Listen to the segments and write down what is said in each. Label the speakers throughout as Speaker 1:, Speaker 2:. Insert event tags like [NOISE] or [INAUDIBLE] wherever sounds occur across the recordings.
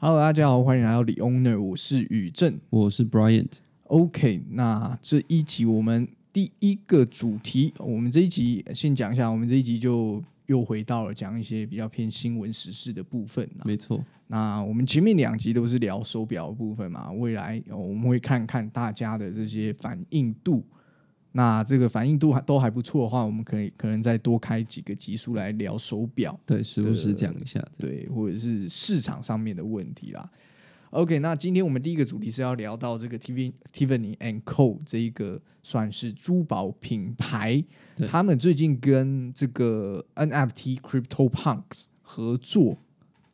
Speaker 1: Hello，大家好，欢迎来到李 Owner，我是宇正。
Speaker 2: 我是 Bryant，
Speaker 1: OK，那这一集我们第一个主题，我们这一集先讲一下，我们这一集就又回到了讲一些比较偏新闻时事的部分啦
Speaker 2: 没错，
Speaker 1: 那我们前面两集都是聊手表的部分嘛，未来、呃我们会看看大家的这些反应度。那这个反应度还都还不错的话，我们可以可能再多开几个集数来聊手表。
Speaker 2: 对，时不时讲一下，对，
Speaker 1: 对，或者是市场上面的问题啦。OK，那今天我们第一个主题是要聊到这个 TV Tiffany and Co 这一个算是珠宝品牌，
Speaker 2: 对
Speaker 1: 他们最近跟这个 NFT Crypto Punks 合作，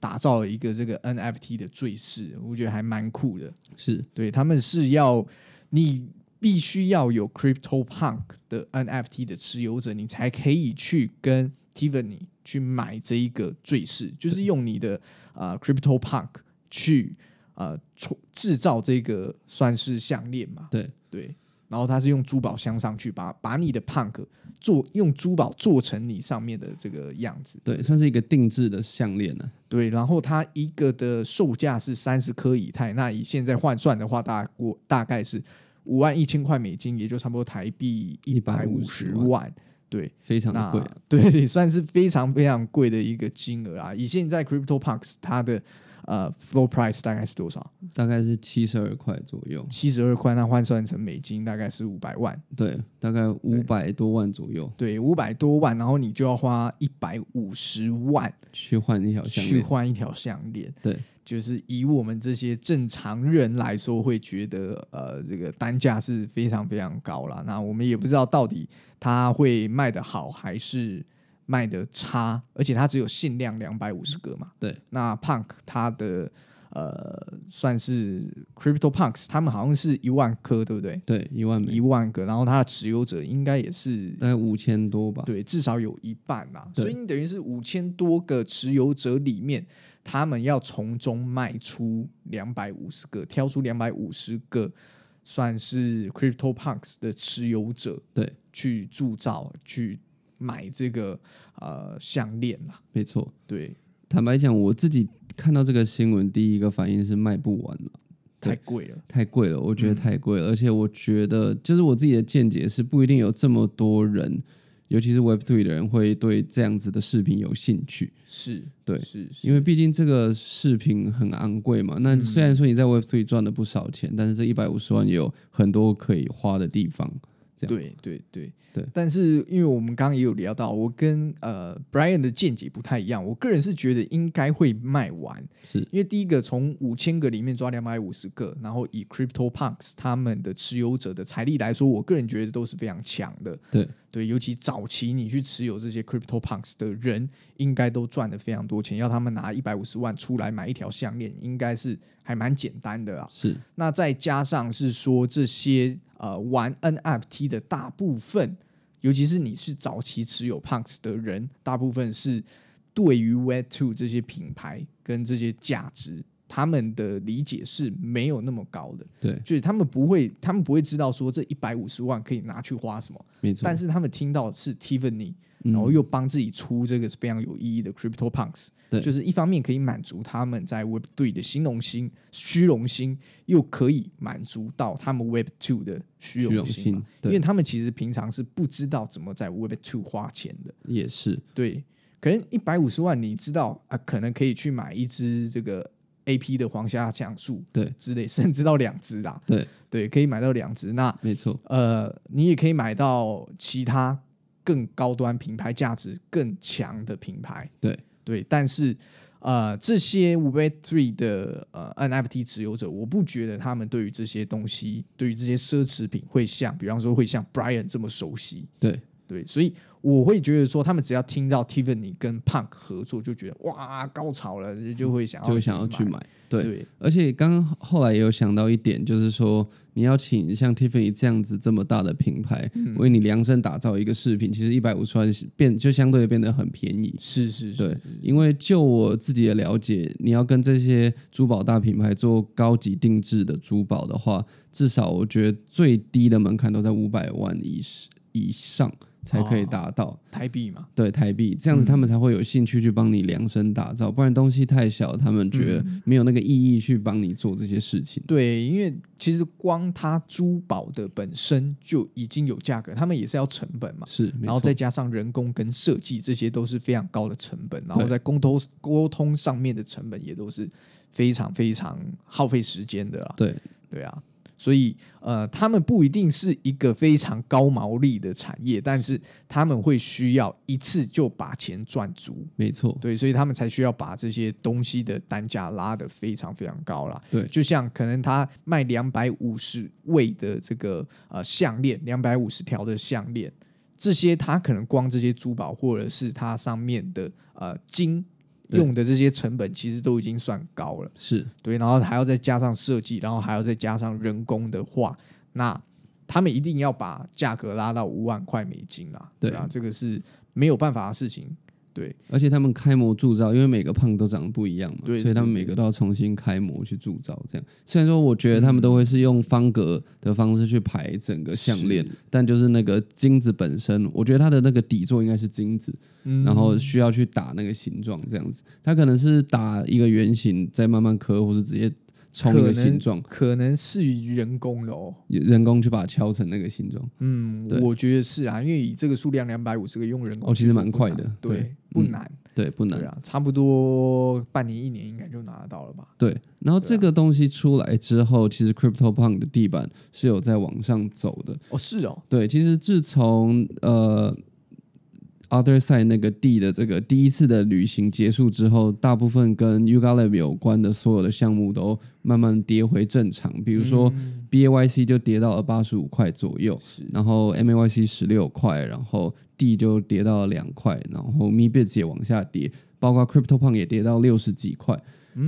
Speaker 1: 打造了一个这个 NFT 的坠饰，我觉得还蛮酷的。
Speaker 2: 是
Speaker 1: 对，他们是要你必须要有 Crypto Punk 的 NFT 的持有者，你才可以去跟 Tiffany 去买这一个坠饰，就是用你的呃 Crypto Punk 去呃出制造这个算是项链嘛？
Speaker 2: 对
Speaker 1: 对，然后它是用珠宝镶上去，把把你的 Punk 做用珠宝做成你上面的这个样子。
Speaker 2: 对，算是一个定制的项链啊呢、
Speaker 1: 对，然后它一个的售价是三十颗以太，那以现在换算的话，大过大概是五万一千块美金，也就差不多台币一百五十
Speaker 2: 150
Speaker 1: 万。对，
Speaker 2: 非常的
Speaker 1: 那
Speaker 2: 贵、啊，
Speaker 1: 对对，算是非常非常贵的一个金额啊。以现在 Crypto Punks 它的呃 floor price 大概是多少？
Speaker 2: 大概是七十二块左右，
Speaker 1: 七十二块，那换算成美金大概是五百万。
Speaker 2: 对，大概五百多万左右
Speaker 1: 对，五百多万，然后你就要花一百五十万
Speaker 2: 去换一条项
Speaker 1: 去
Speaker 2: 链，
Speaker 1: 换一条项链。
Speaker 2: 对，
Speaker 1: 就是以我们这些正常人来说，会觉得呃，这个单价是非常非常高啦。那我们也不知道到底它会卖的好还是卖的差，而且它只有限量两百五十个嘛。
Speaker 2: 对，
Speaker 1: 那 Punk 它的呃算是 Crypto Punks，他们好像是一万颗，对不对？
Speaker 2: 对，一万
Speaker 1: 一
Speaker 2: 美，
Speaker 1: 万个，然后它的持有者应该也是
Speaker 2: 大概五千多吧，
Speaker 1: 对，至少有一半啦。
Speaker 2: 啊对
Speaker 1: 所以你等于是五千多个持有者里面，他们要从中卖出两百五十个，挑出两百五十个算是 Crypto Punks 的持有者，
Speaker 2: 对，
Speaker 1: 去铸造去买这个呃项链啦。
Speaker 2: 没错。
Speaker 1: 对，
Speaker 2: 坦白讲，我自己看到这个新闻，第一个反应是卖不完了。
Speaker 1: 太
Speaker 2: 对
Speaker 1: 贵了。
Speaker 2: 太贵了，我觉
Speaker 1: 嗯
Speaker 2: 得太贵了，而且我觉得就是我自己的见解是，不一定有这么多人，尤其是 Web Three 的人会对这样子的饰品有兴趣。
Speaker 1: 是，
Speaker 2: 对
Speaker 1: 是，是
Speaker 2: 因为毕竟这个饰品很昂贵嘛。那
Speaker 1: 嗯
Speaker 2: 虽然说你在 Web Three 赚了不少钱，但是这一百五十万也有很多可以花的地方。这样
Speaker 1: 对对对
Speaker 2: 对
Speaker 1: 但是因为我们刚刚也有聊到，我跟呃 Brian 的见解不太一样，我个人是觉得应该会卖完，
Speaker 2: 是
Speaker 1: 因为第一个从五千个里面抓两百五十个，然后以 Crypto Punks 他们的持有者的财力来说，我个人觉得都是非常强的。
Speaker 2: 对
Speaker 1: 对，尤其早期你去持有这些 Crypto Punks 的人，应该都赚了非常多钱，要他们拿一百五十万出来买一条项链，应该是还蛮简单的啊。
Speaker 2: 是，
Speaker 1: 那再加上是说这些呃玩 NFT 的大部分，尤其是你是早期持有 Punks 的人，大部分是对于 Web Two 这些品牌跟这些价值，他们的理解是没有那么高的，
Speaker 2: 对，
Speaker 1: 就是他们不会，他们不会知道说这一百五十万可以拿去花什么，
Speaker 2: 没错。
Speaker 1: 但是他们听到是 Tiffany，
Speaker 2: 嗯
Speaker 1: 然后又帮自己出这个非常有意义的 Crypto Punks，
Speaker 2: 对
Speaker 1: 就是一方面可以满足他们在 Web 对的兴隆心、虚荣心，又可以满足到他们 Web Two 的虚
Speaker 2: 虚荣
Speaker 1: 荣心嘛
Speaker 2: 心，
Speaker 1: 因为
Speaker 2: 对，
Speaker 1: 他们其实平常是不知道怎么在 Web Two 花钱的，
Speaker 2: 也是，
Speaker 1: 对，可能一百五十万你知道啊，可能可以去买一只这个 A P 的黄虾橡树，
Speaker 2: 对
Speaker 1: 之类，甚至到两只啦，
Speaker 2: 对，
Speaker 1: 对，可以买到两只，那
Speaker 2: 没错，
Speaker 1: 呃，你也可以买到其他更高端品牌、价值更强的品牌。
Speaker 2: 对
Speaker 1: 对，但是呃，这些 Web Three 的呃 NFT 持有者，我不觉得他们对于这些东西，对于这些奢侈品，会像比方说会像 Brian 这么熟悉。
Speaker 2: 对，
Speaker 1: 对，所以我会觉得说，他们只要听到 Tiffany 跟 Punk 合作，就觉得哇高潮了，就就会想要
Speaker 2: 就想要去。买，对。
Speaker 1: 对
Speaker 2: 而且刚刚后来也有想到一点，就是说你要请像 Tiffany 这样子这么大的品牌，
Speaker 1: 嗯
Speaker 2: 为你量身打造一个饰品，其实一百五十万是变就相对变得很便宜。
Speaker 1: 是是是，
Speaker 2: 对，因为就我自己的了解，你要跟这些珠宝大品牌做高级定制的珠宝的话，至少我觉得最低的门槛都在五百万以以上才可
Speaker 1: 哦
Speaker 2: 以达到。
Speaker 1: 台币嘛，
Speaker 2: 对台币，这
Speaker 1: 嗯
Speaker 2: 样子他们才会有兴趣去帮你量身打造，不然东西太小，他们觉
Speaker 1: 嗯
Speaker 2: 得没有那个意义去帮你做这些事情。
Speaker 1: 对，因为其实光它珠宝的本身就已经有价格，他们也是要成本嘛，
Speaker 2: 是，没
Speaker 1: 然后
Speaker 2: 错
Speaker 1: 再加上人工跟设计，这些都是非常高的成本，然后
Speaker 2: 对
Speaker 1: 在沟通沟通上面的成本也都是非常非常耗费时间的啦。
Speaker 2: 对
Speaker 1: 对啊，所以呃，他们不一定是一个非常高毛利的产业，但是他们会需要一次就把钱赚足，
Speaker 2: 没错，
Speaker 1: 对，所以他们才需要把这些东西的单价拉得非常非常高啦。
Speaker 2: 对
Speaker 1: 就像可能他卖两百五十位的这个呃项链，两百五十条的项链，这些他可能光这些珠宝或者是它上面的呃金
Speaker 2: 对
Speaker 1: 用的这些成本，其实都已经算高了。
Speaker 2: 是
Speaker 1: 对，然后还要再加上设计，然后还要再加上人工的话，那他们一定要把价格拉到五万块美金啦。
Speaker 2: 对
Speaker 1: 啊，这个是没有办法的事情。对
Speaker 2: 而且他们开模铸造，因为每个胖都长得不一样嘛，
Speaker 1: 对
Speaker 2: 所以他们
Speaker 1: 对对
Speaker 2: 每个都要重新开模去铸造。这样，虽然说我觉得他们都会是用方格的方式去排整个项链，但就是那个金子本身，我觉得它的那个底座应该是金子，
Speaker 1: 嗯
Speaker 2: 然后需要去打那个形状这样子。它可能是打一个圆形，再慢慢刻，或是直接冲一
Speaker 1: 可
Speaker 2: 个
Speaker 1: 能
Speaker 2: 形状，
Speaker 1: 可能是人工的哦。
Speaker 2: 人工去把它敲成那个形状。
Speaker 1: 嗯，
Speaker 2: 对
Speaker 1: 我觉得是啊，因为以这个数量两百五十个用人工
Speaker 2: 哦
Speaker 1: 去
Speaker 2: 其实
Speaker 1: 做
Speaker 2: 蛮
Speaker 1: 不
Speaker 2: 快
Speaker 1: 难
Speaker 2: 的
Speaker 1: 对，
Speaker 2: 对
Speaker 1: 不
Speaker 2: 嗯
Speaker 1: 难，
Speaker 2: 对，不难
Speaker 1: 对。啊，差不多半年一年应该就拿得到了吧。
Speaker 2: 对，然后
Speaker 1: 对啊
Speaker 2: 这个东西出来之后，其实 CryptoPunk 的地板是有在往上走的。
Speaker 1: 哦，是哦，
Speaker 2: 对，其实自从呃 Other Side 那个地的这个第一次的旅行结束之后，大部分跟 Yuga Lab 有关的所有的项目都慢慢跌回正常，比如说。BAYC 就跌到了八十五块左右，然后 MAYC 十六块，然后 D 就跌到了两块，然后 MeBits 也往下跌，包括 CryptoPunk 也跌到六十几块。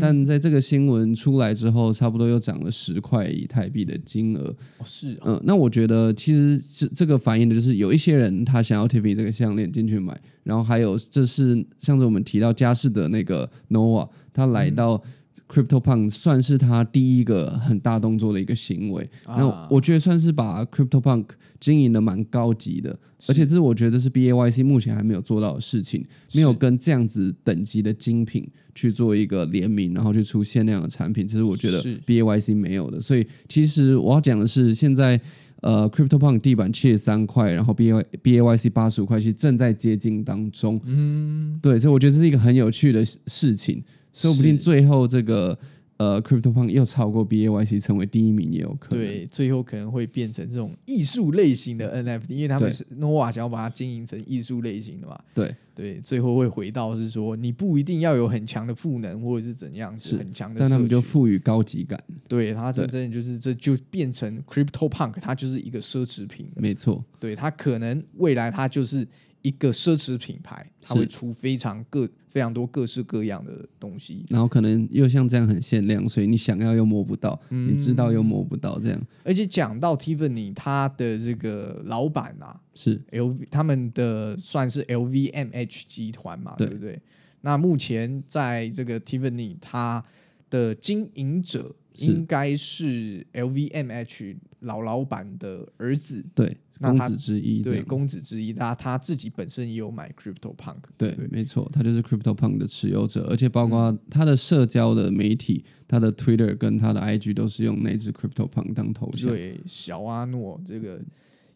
Speaker 2: 但在这个新闻出来之后，差不多又涨了十块以太币的金额。
Speaker 1: 哦是哦，
Speaker 2: 嗯，那我觉得其实这这个反映的就是有一些人他想要 Tiffany 这个项链进去买，然后还有这是上次我们提到佳士得那个 Nova，他来到 CryptoPunk 算是他第一个很大动作的一个行为。
Speaker 1: 啊
Speaker 2: 那我觉得算是把 CryptoPunk 经营的蛮高级的，而且这是我觉得这是 BAYC 目前还没有做到的事情，没有跟这样子等级的精品去做一个联名，然后去出限量的产品，这是我觉得
Speaker 1: 是
Speaker 2: BAYC 没有的。所以其实我要讲的是，现在呃 CryptoPunk 地板七十三块，然后 BA BAYC 八十五块，其实正在接近当中。嗯，对，所以我觉得这是一个很有趣的事情，说不定
Speaker 1: 是
Speaker 2: 最后这个。呃，CryptoPunk 又超过 BAYC 成为第一名也有可能。
Speaker 1: 对，最后可能会变成这种艺术类型的 NFT，因为他们
Speaker 2: 对
Speaker 1: 是 Nova 想要把它经营成艺术类型的嘛。
Speaker 2: 对
Speaker 1: 对，最后会回到是说，你不一定要有很强的赋能或者是怎样子
Speaker 2: 是
Speaker 1: 很强的
Speaker 2: 但他们
Speaker 1: 社
Speaker 2: 就
Speaker 1: 群
Speaker 2: 赋予高级感，
Speaker 1: 对它真
Speaker 2: 对
Speaker 1: 正就是这就变成 Crypto Punk，它就是一个奢侈品了。
Speaker 2: 没错，
Speaker 1: 对，它可能未来它就是一个奢侈品牌，它
Speaker 2: 是
Speaker 1: 会出非常各非常多各式各样的东西。
Speaker 2: 然后可能又像这样很限量，所以你想要又摸不到，
Speaker 1: 嗯
Speaker 2: 你知道又摸不到，这样
Speaker 1: 而且讲到 Tiffany，它的这个老板啊，
Speaker 2: 是
Speaker 1: L 他们的算是 LVMH 集团嘛，
Speaker 2: 对
Speaker 1: 对不对？那目前在这个 Tiffany 它的经营者
Speaker 2: 是
Speaker 1: 应该是 LVMH 老老板的儿子，
Speaker 2: 对
Speaker 1: 那
Speaker 2: 公
Speaker 1: 他
Speaker 2: 子之一，这
Speaker 1: 对，
Speaker 2: 样
Speaker 1: 公子之一。那他自己本身也有买 Crypto Punk，
Speaker 2: 对
Speaker 1: 对，嗯
Speaker 2: 没错，他就是 CryptoPunk 的持有者，而且包括他的社交的媒体，他的 Twitter 跟他的 IG 都是用那只 CryptoPunk 当头像，
Speaker 1: 对，小阿诺这个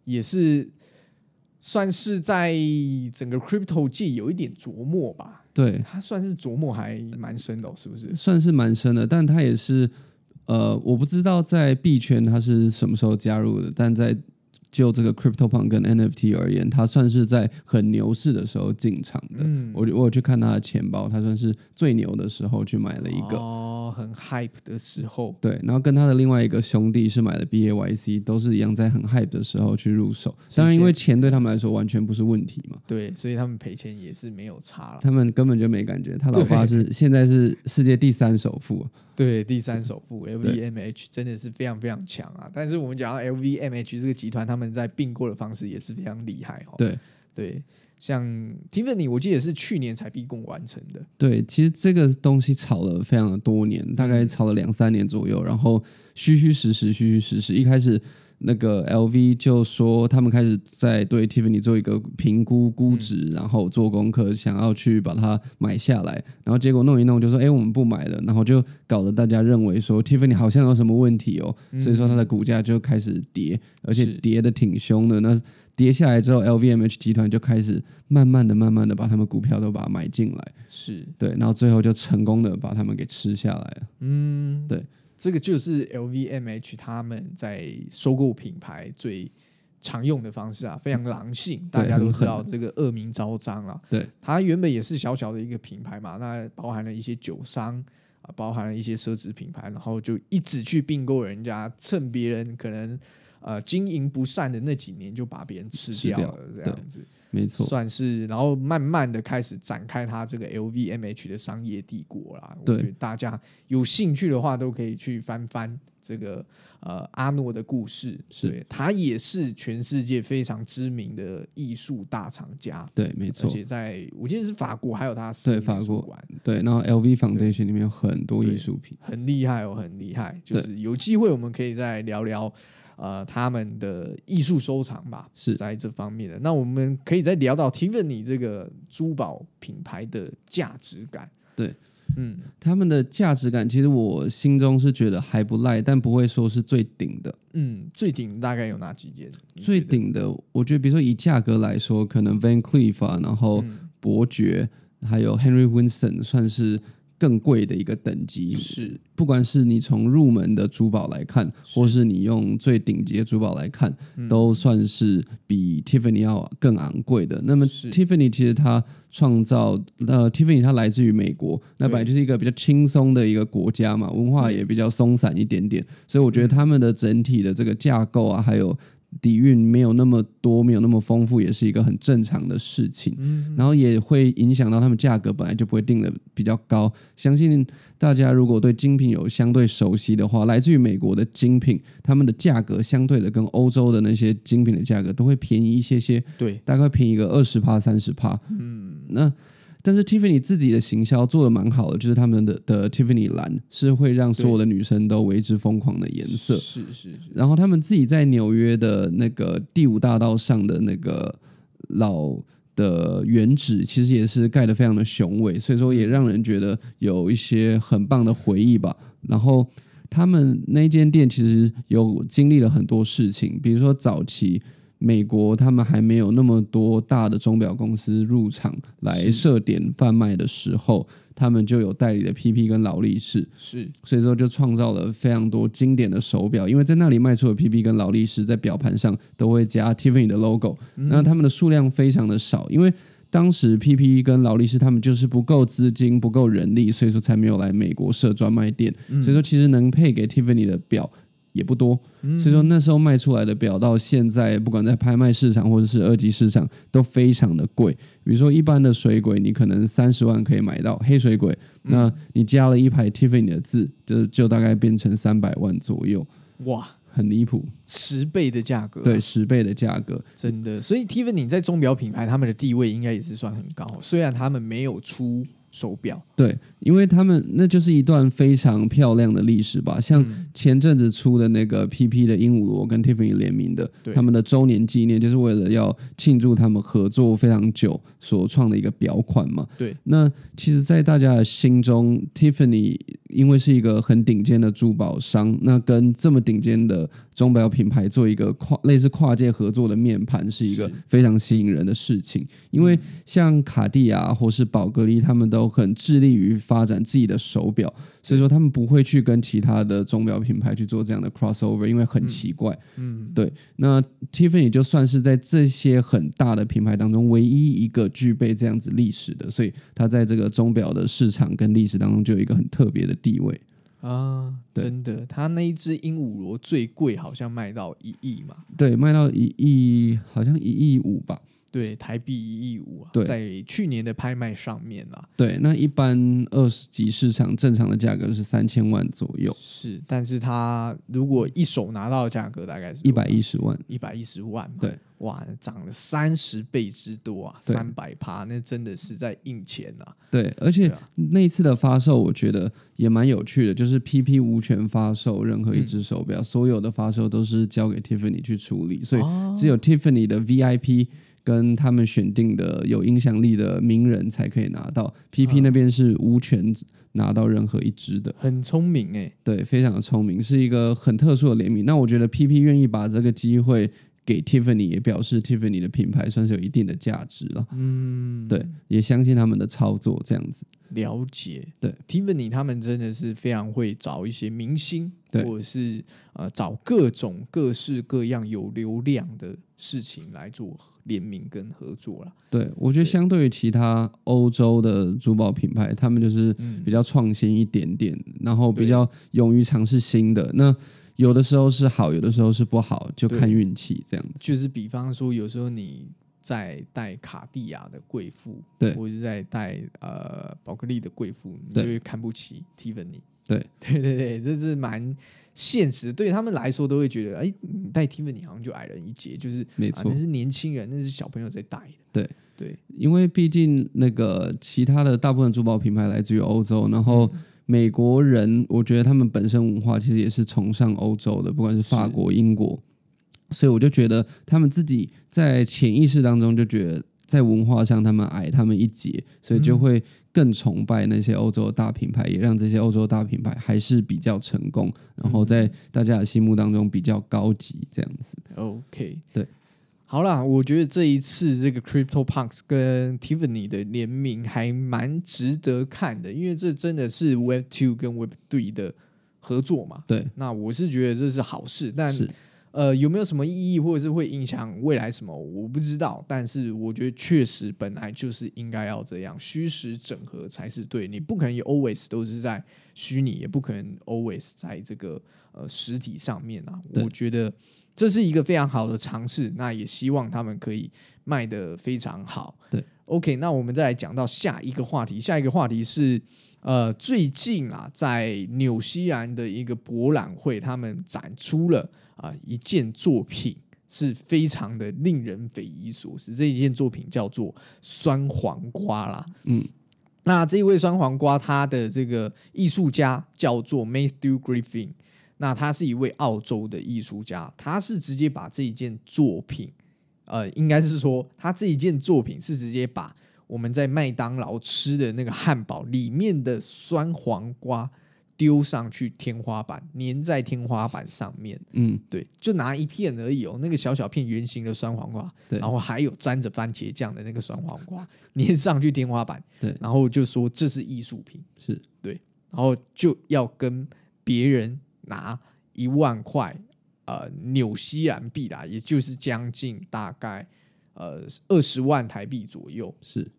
Speaker 1: 也是算是在整个 Crypto 界有一点琢磨吧，
Speaker 2: 对，
Speaker 1: 他算是琢磨还蛮深的哦、是不是？
Speaker 2: 算嗯是蛮深的，但他也是呃，我不知道在币圈他是什么时候加入的，但在就这个 CryptoPunk 跟 NFT 而言，他算是在很牛市的时候进场的。
Speaker 1: 嗯，
Speaker 2: 我我有去看他的钱包，他算是最牛的时候去买了一个，
Speaker 1: 哦，很 hype 的时候，
Speaker 2: 对，然后跟他的另外一个兄弟是买了 BAYC，都是一样在很 hype 的时候去入手。
Speaker 1: 谢谢
Speaker 2: 当然，因为钱对他们来说完全不是问题嘛，
Speaker 1: 对，所以他们赔钱也是没有差
Speaker 2: [LAUGHS]
Speaker 1: 了。
Speaker 2: 他们根本就没感觉。他老爸
Speaker 1: 对哦
Speaker 2: 是现在是世界第三首富，
Speaker 1: 对，第三首富 LVMH 真的是非常非常强啊！但是我们讲到 LVMH 这个集团，他们在并购的方式也是非常厉害哦。
Speaker 2: 对
Speaker 1: 对，像 Tiffany，我记得是去年才并购完成的。
Speaker 2: 对，其实这个东西炒了非常的多年，大概炒了两三年左右，然后虚虚实实，虚虚实实。一开始那个 LV 就说他们开始在对 Tiffany 做一个评估估值，然后做功课，想要去把它买下来，然后结果弄一弄就说，哎、我们不买了，然后就搞得大家认为说 Tiffany 好像有什么问题哦，所以说它的股价就开始跌，而
Speaker 1: 嗯
Speaker 2: 且
Speaker 1: 是
Speaker 2: 跌的挺凶的。那跌下来之后，LVMH 集团就开始慢慢的、慢慢的把他们股票都把它买进来，
Speaker 1: 是，
Speaker 2: 对，然后最后就成功的把他们给吃下来了。
Speaker 1: 嗯，
Speaker 2: 对，
Speaker 1: 这个就是 LVMH 他们在收购品牌最常用的方式啊，
Speaker 2: 嗯
Speaker 1: 非常狼性，大家都知道这个恶名昭彰啊。
Speaker 2: 对，
Speaker 1: 它原本也是小小的一个品牌嘛，那包含了一些酒商。啊，包含了一些奢侈品牌，然后就一直去并购人家，趁别人可能呃经营不善的那几年，就把别人吃
Speaker 2: 吃
Speaker 1: 掉
Speaker 2: 掉
Speaker 1: 了，这样子。
Speaker 2: 没错，
Speaker 1: 算是，然后慢慢的开始展开它这个 LVMH 的商业帝国啦。我
Speaker 2: 对
Speaker 1: 觉得大家有兴趣的话，都可以去翻翻这个呃阿诺的故事。
Speaker 2: 是
Speaker 1: 对，他也是全世界非常知名的艺术大厂家，
Speaker 2: 对，没
Speaker 1: 而
Speaker 2: 错，
Speaker 1: 且在我记得是法国，还有他
Speaker 2: 对法国
Speaker 1: 馆
Speaker 2: 对。然后 LV Foundation 里面有很多艺术品，
Speaker 1: 很厉害哦，很厉害。就是有机会我们可以再聊聊呃他们的艺术收藏吧，
Speaker 2: 是
Speaker 1: 在这方面的。那我们可以再聊到 Tiffany 这个珠宝品牌的价值感。
Speaker 2: 对，
Speaker 1: 嗯，
Speaker 2: 他们的价值感其实我心中是觉得还不赖，但不会说是最顶的。
Speaker 1: 嗯，最顶大概有哪几件？你
Speaker 2: 最
Speaker 1: 觉得
Speaker 2: 顶的，我觉得比如说以价格来说，可能 Van Cleef 啊，然
Speaker 1: 嗯
Speaker 2: 后伯爵，还有 Henry Winston 算是更贵的一个等级。
Speaker 1: 是
Speaker 2: 不管是你从入门的珠宝来看，或是你用最顶级的珠宝来看，
Speaker 1: 嗯
Speaker 2: 都算是比 Tiffany 要更昂贵的。那么
Speaker 1: 是
Speaker 2: Tiffany 其实它创造呃 Tiffany 它来自于美国，那
Speaker 1: 对
Speaker 2: 本来就是一个比较轻松的一个国家嘛，文化也比较松散一点点，所以我觉得他们的整体的这个架构啊，还有底蕴没有那么多，没有那么丰富，也是一个很正常的事情。然后也会影响到他们价格本来就不会定的比较高。相信大家如果对精品有相对熟悉的话，来自于美国的精品，他们的价格相对的跟欧洲的那些精品的价格都会便宜一些些，
Speaker 1: 对，
Speaker 2: 大概便宜个二十趴、三十趴。嗯，那。但是 Tiffany 自己的行销做的蛮好的，就是他们的的 Tiffany 蓝是会让所有的女生都为之疯狂的颜色。
Speaker 1: 是是是，
Speaker 2: 然后他们自己在纽约的那个第五大道上的那个老的原址，其实也是盖得非常的雄伟，所以说也让人觉得有一些很棒的回忆吧。然后他们那间店其实有经历了很多事情，比如说早期。美国他们还没有那么多大的钟表公司入场来
Speaker 1: 是
Speaker 2: 设点贩卖的时候，他们就有代理的 PP 跟劳力士，
Speaker 1: 是
Speaker 2: 所以说就创造了非常多经典的手表，因为在那里卖出的 PP 跟劳力士在表盘上都会加 Tiffany 的 logo，、那他们的数量非常的少，因为当时 PP 跟劳力士他们就是不够资金、不够人力，所以说才没有来美国设专卖店，所以说其实能配给 Tiffany 的表。也不多，所以说那时候卖出来的表到现在，不管在拍卖市场或者是二级市场，都非常的贵。比如说一般的水鬼，你可能三十万可以买到黑水鬼，那你加了一排 Tiffany 的字，就就大概变成三百万左右，
Speaker 1: 哇，
Speaker 2: 很离谱，
Speaker 1: 十倍的价格，啊
Speaker 2: 对，，十倍的价格，
Speaker 1: 真的。所以 Tiffany 在钟表品牌他们的地位应该也是算很高，虽然他们没有出手表，
Speaker 2: 对，因为他们那就是一段非常漂亮的历史吧，像前阵子出的那个 PP 的鹦鹉螺跟 Tiffany 联名的
Speaker 1: 对，
Speaker 2: 他们的周年纪念，就是为了要庆祝他们合作非常久所创的一个表款嘛。
Speaker 1: 对，
Speaker 2: 那其实，在大家的心中，Tiffany 因为是一个很顶尖的珠宝商，那跟这么顶尖的钟表品牌做一个跨类似跨界合作的面盘，是一个
Speaker 1: 是
Speaker 2: 非常吸引人的事情。因为像卡地亚或是宝格丽，他们都很致力于发展自己的手表，所以说他们不会去跟其他的钟表品牌去做这样的 crossover，因为很奇怪。
Speaker 1: 嗯，
Speaker 2: 对，那 Tiffany 就算是在这些很大的品牌当中唯一一个具备这样子历史的，所以它在这个钟表的市场跟历史当中就有一个很特别的地位。
Speaker 1: 啊，
Speaker 2: 对
Speaker 1: 真的，他那一只鹦鹉螺最贵好像卖到一亿嘛，
Speaker 2: 对，卖到一亿，好像一亿五吧。
Speaker 1: 对台币一亿五啊
Speaker 2: 对，
Speaker 1: 在去年的拍卖上面啊啦，
Speaker 2: 对，那一般二十级市场正常的价格是三千万左右，
Speaker 1: 是，但是他如果一手拿到的价格大概是
Speaker 2: 一百一十万。
Speaker 1: 一百一十万嘛，
Speaker 2: 对，
Speaker 1: 哇，涨了三十倍之多啊，
Speaker 2: 对
Speaker 1: 三百趴，那真的是在印钱啊，
Speaker 2: 对，而且
Speaker 1: 对啊
Speaker 2: 那一次的发售，我觉得也蛮有趣的，就是 PP 无权发售任何一
Speaker 1: 嗯
Speaker 2: 只手表，所有的发售都是交给 Tiffany 去处理，所以
Speaker 1: 哦
Speaker 2: 只有 Tiffany 的 VIP 跟他们选定的有影响力的名人才可以拿到，PP 那边是无权拿到任何一只的。
Speaker 1: 很聪明哎、
Speaker 2: 对，非常的聪明，是一个很特殊的联名。那我觉得 PP 愿意把这个机会给 Tiffany，也表示 Tiffany 的品牌算是有一定的价值了。嗯，对，也相信他们的操作这样子。
Speaker 1: 了解，
Speaker 2: 对
Speaker 1: ，Tiffany 他们真的是非常会找一些明星，
Speaker 2: 对
Speaker 1: 或者是呃找各种各式各样有流量的事情来做联名跟合作啦。
Speaker 2: 对，我觉得相对于其他欧洲的珠宝品牌，他们就是
Speaker 1: 嗯
Speaker 2: 比较创新一点点，然后比
Speaker 1: 对
Speaker 2: 较勇于尝试新的。那有的时候是好，有的时候是不好，就看
Speaker 1: 对
Speaker 2: 运气这样子。
Speaker 1: 就是比方说，有时候你在戴卡地亚的贵妇，
Speaker 2: 对
Speaker 1: 或者是在戴呃宝格丽的贵妇，你就
Speaker 2: 对
Speaker 1: 会看不起 Tiffany。
Speaker 2: 对，
Speaker 1: [LAUGHS] 对对对，这是蛮现实，对他们来说都会觉得，哎，你戴 Tiffany 好像就矮人一截，就是
Speaker 2: 没
Speaker 1: 啊，
Speaker 2: 错
Speaker 1: 那是年轻人，那是小朋友在戴的。
Speaker 2: 对
Speaker 1: 对，
Speaker 2: 因为毕竟那个其他的大部分珠宝品牌来自于欧洲，然后
Speaker 1: 嗯
Speaker 2: 美国人，我觉得他们本身文化其实也是崇尚欧洲的，不管是法
Speaker 1: 是
Speaker 2: 国、英国，所以我就觉得他们自己在潜意识当中就觉得在文化上他们矮他们一截，所以就
Speaker 1: 嗯
Speaker 2: 会更崇拜那些欧洲的大品牌，也让这些欧洲大品牌还是比较成功，然后
Speaker 1: 嗯
Speaker 2: 在大家的心目当中比较高级这样子。
Speaker 1: OK，
Speaker 2: 对，
Speaker 1: 好啦，我觉得这一次这个 Crypto Punks 跟 Tiffany 的联名还蛮值得看的，因为这真的是 Web Two 跟 Web Three 的合作嘛。
Speaker 2: 对，
Speaker 1: 那我是觉得这是好事，但
Speaker 2: 是
Speaker 1: 呃有没有什么意义或者是会影响未来什么，我不知道。但是我觉得确实本来就是应该要这样，虚实整合才是对。你不可能 always 都是在虚拟，也不可能 always 在这个呃实体上面啊。
Speaker 2: 对
Speaker 1: 我觉得这是一个非常好的尝试，那也希望他们可以卖得非常好。
Speaker 2: 对
Speaker 1: ，OK，那我们再来讲到下一个话题，下一个话题是。呃，最近啊，在纽西兰的一个博览会，他们展出了啊、一件作品，是非常的令人匪夷所思。这一件作品叫做酸黄瓜啦，
Speaker 2: 嗯，
Speaker 1: 那这一位酸黄瓜，他的这个艺术家叫做 Matthew Griffin，那他是一位澳洲的艺术家，他是直接把这一件作品，呃，应该是说他这一件作品是直接把我们在麦当劳吃的那个汉堡里面的酸黄瓜丢上去天花板，粘在天花板上面。
Speaker 2: 嗯，
Speaker 1: 对，就拿一片而已哦，那个小小片圆形的酸黄瓜，
Speaker 2: 对
Speaker 1: 然后还有沾着番茄酱的那个酸黄瓜，粘上去天花板，
Speaker 2: 对
Speaker 1: 然后就说这是艺术品，
Speaker 2: 是
Speaker 1: 然后就要跟别人拿一万块，呃，纽西兰币啦，也就是将近大概呃二十万台币左右，
Speaker 2: 是，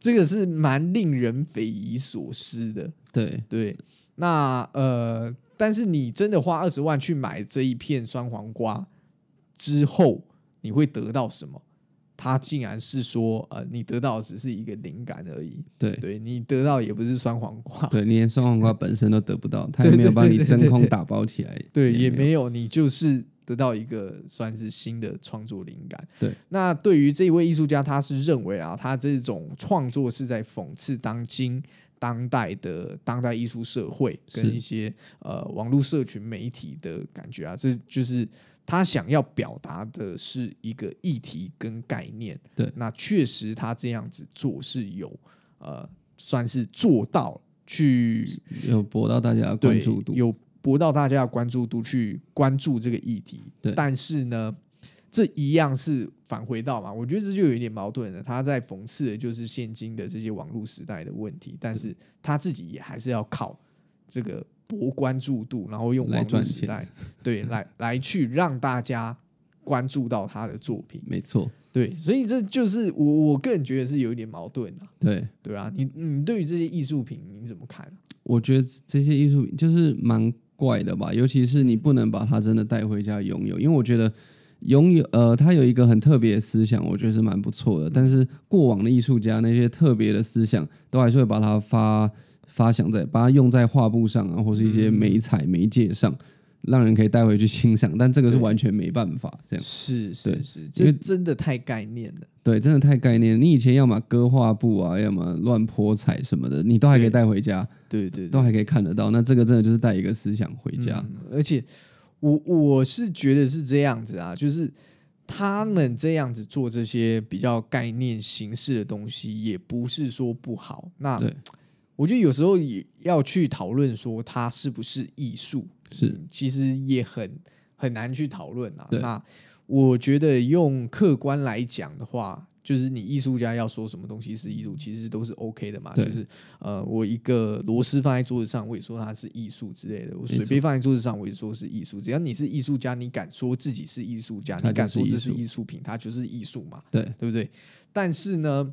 Speaker 1: 这个是蛮令人匪夷所思的。
Speaker 2: 对，
Speaker 1: 对，那呃，但是你真的花二十万去买这一片酸黄瓜之后，你会得到什么？他竟然是说，呃，你得到的只是一个灵感而已，
Speaker 2: 对。
Speaker 1: 对你得到也不是酸黄瓜，
Speaker 2: 对，你连酸黄瓜本身都得不到，它
Speaker 1: 对
Speaker 2: 也没有
Speaker 1: 对
Speaker 2: 把
Speaker 1: 对
Speaker 2: 你
Speaker 1: 对
Speaker 2: 真
Speaker 1: 对
Speaker 2: 空
Speaker 1: 对
Speaker 2: 打包起来，
Speaker 1: 对，也
Speaker 2: 没有
Speaker 1: 没有，你就是得到一个算是新的创作灵感。
Speaker 2: 对，
Speaker 1: 那对于这一位艺术家，他是认为啊，他这种创作是在讽刺当今当代的当代艺术社会跟
Speaker 2: 是
Speaker 1: 一些呃网络社群媒体的感觉啊，这就是。他想要表达的是一个议题跟概念，
Speaker 2: 对
Speaker 1: 那确实他这样子做是有呃，算是做到去
Speaker 2: 有博到大家的关
Speaker 1: 对，
Speaker 2: 注度。
Speaker 1: 有博到大家的关注度去关注这个议题。
Speaker 2: 对
Speaker 1: 但是呢，这一样是返回到嘛，我觉得这就有一点矛盾了。他在讽刺的就是现今的这些网络时代的问题，但是他自己也还是要靠这个博关注度，然后用
Speaker 2: 来
Speaker 1: 网络
Speaker 2: 赚
Speaker 1: 时
Speaker 2: 钱
Speaker 1: 代对
Speaker 2: [LAUGHS]
Speaker 1: 来来去让大家关注到他的作品。
Speaker 2: 没错，
Speaker 1: 对，所以这就是我我个人觉得是有一点矛盾啊。
Speaker 2: 对，
Speaker 1: 对啊，你你对于这些艺术品你怎么看？啊
Speaker 2: 我觉得这些艺术品就是蛮怪的吧，尤其是你不能把它真的带回家拥有，因为我觉得拥有呃，他有一个很特别的思想，我觉得是蛮不
Speaker 1: 嗯
Speaker 2: 错的。但是过往的艺术家那些特别的思想，都还是会把它发发想在，把它用在画布上啊，或是一些
Speaker 1: 嗯
Speaker 2: 媒材媒介上，让人可以带回去欣赏。但这个是
Speaker 1: 对
Speaker 2: 完全没办法这样。
Speaker 1: 是是
Speaker 2: 对
Speaker 1: 是，
Speaker 2: 因
Speaker 1: 这
Speaker 2: 为
Speaker 1: 真的太概念了。
Speaker 2: 对，真的太概念了。你以前要么割画布啊，要么乱泼彩什么的，你都还可以
Speaker 1: 对
Speaker 2: 带回家，
Speaker 1: 对对对，
Speaker 2: 都还啊可以看得到。那这个真的就是带一个思想回家。
Speaker 1: 嗯而且我我是觉得是这样子啊，就是他们这样子做这些比较概念形式的东西，也不是说不好。那
Speaker 2: 对
Speaker 1: 我觉得有时候也要去讨论说它是不是艺术，
Speaker 2: 是
Speaker 1: 嗯其实也很很难去讨论啊。
Speaker 2: 对
Speaker 1: 那我觉得用客观来讲的话，就是你艺术家要说什么东西是艺术，其实都是 OK 的嘛。
Speaker 2: 对
Speaker 1: 就是呃，我一个螺丝放在桌子上，我也说它是艺术之类的；我
Speaker 2: 错
Speaker 1: 水杯放在桌子上，我也说是艺术。只要你是艺术家，你敢说自己是艺术家，
Speaker 2: 它
Speaker 1: 你敢
Speaker 2: 就是
Speaker 1: 说
Speaker 2: 艺
Speaker 1: 这是
Speaker 2: 术
Speaker 1: 艺术品，它就是艺术嘛。
Speaker 2: 对，
Speaker 1: 对不对？但是呢，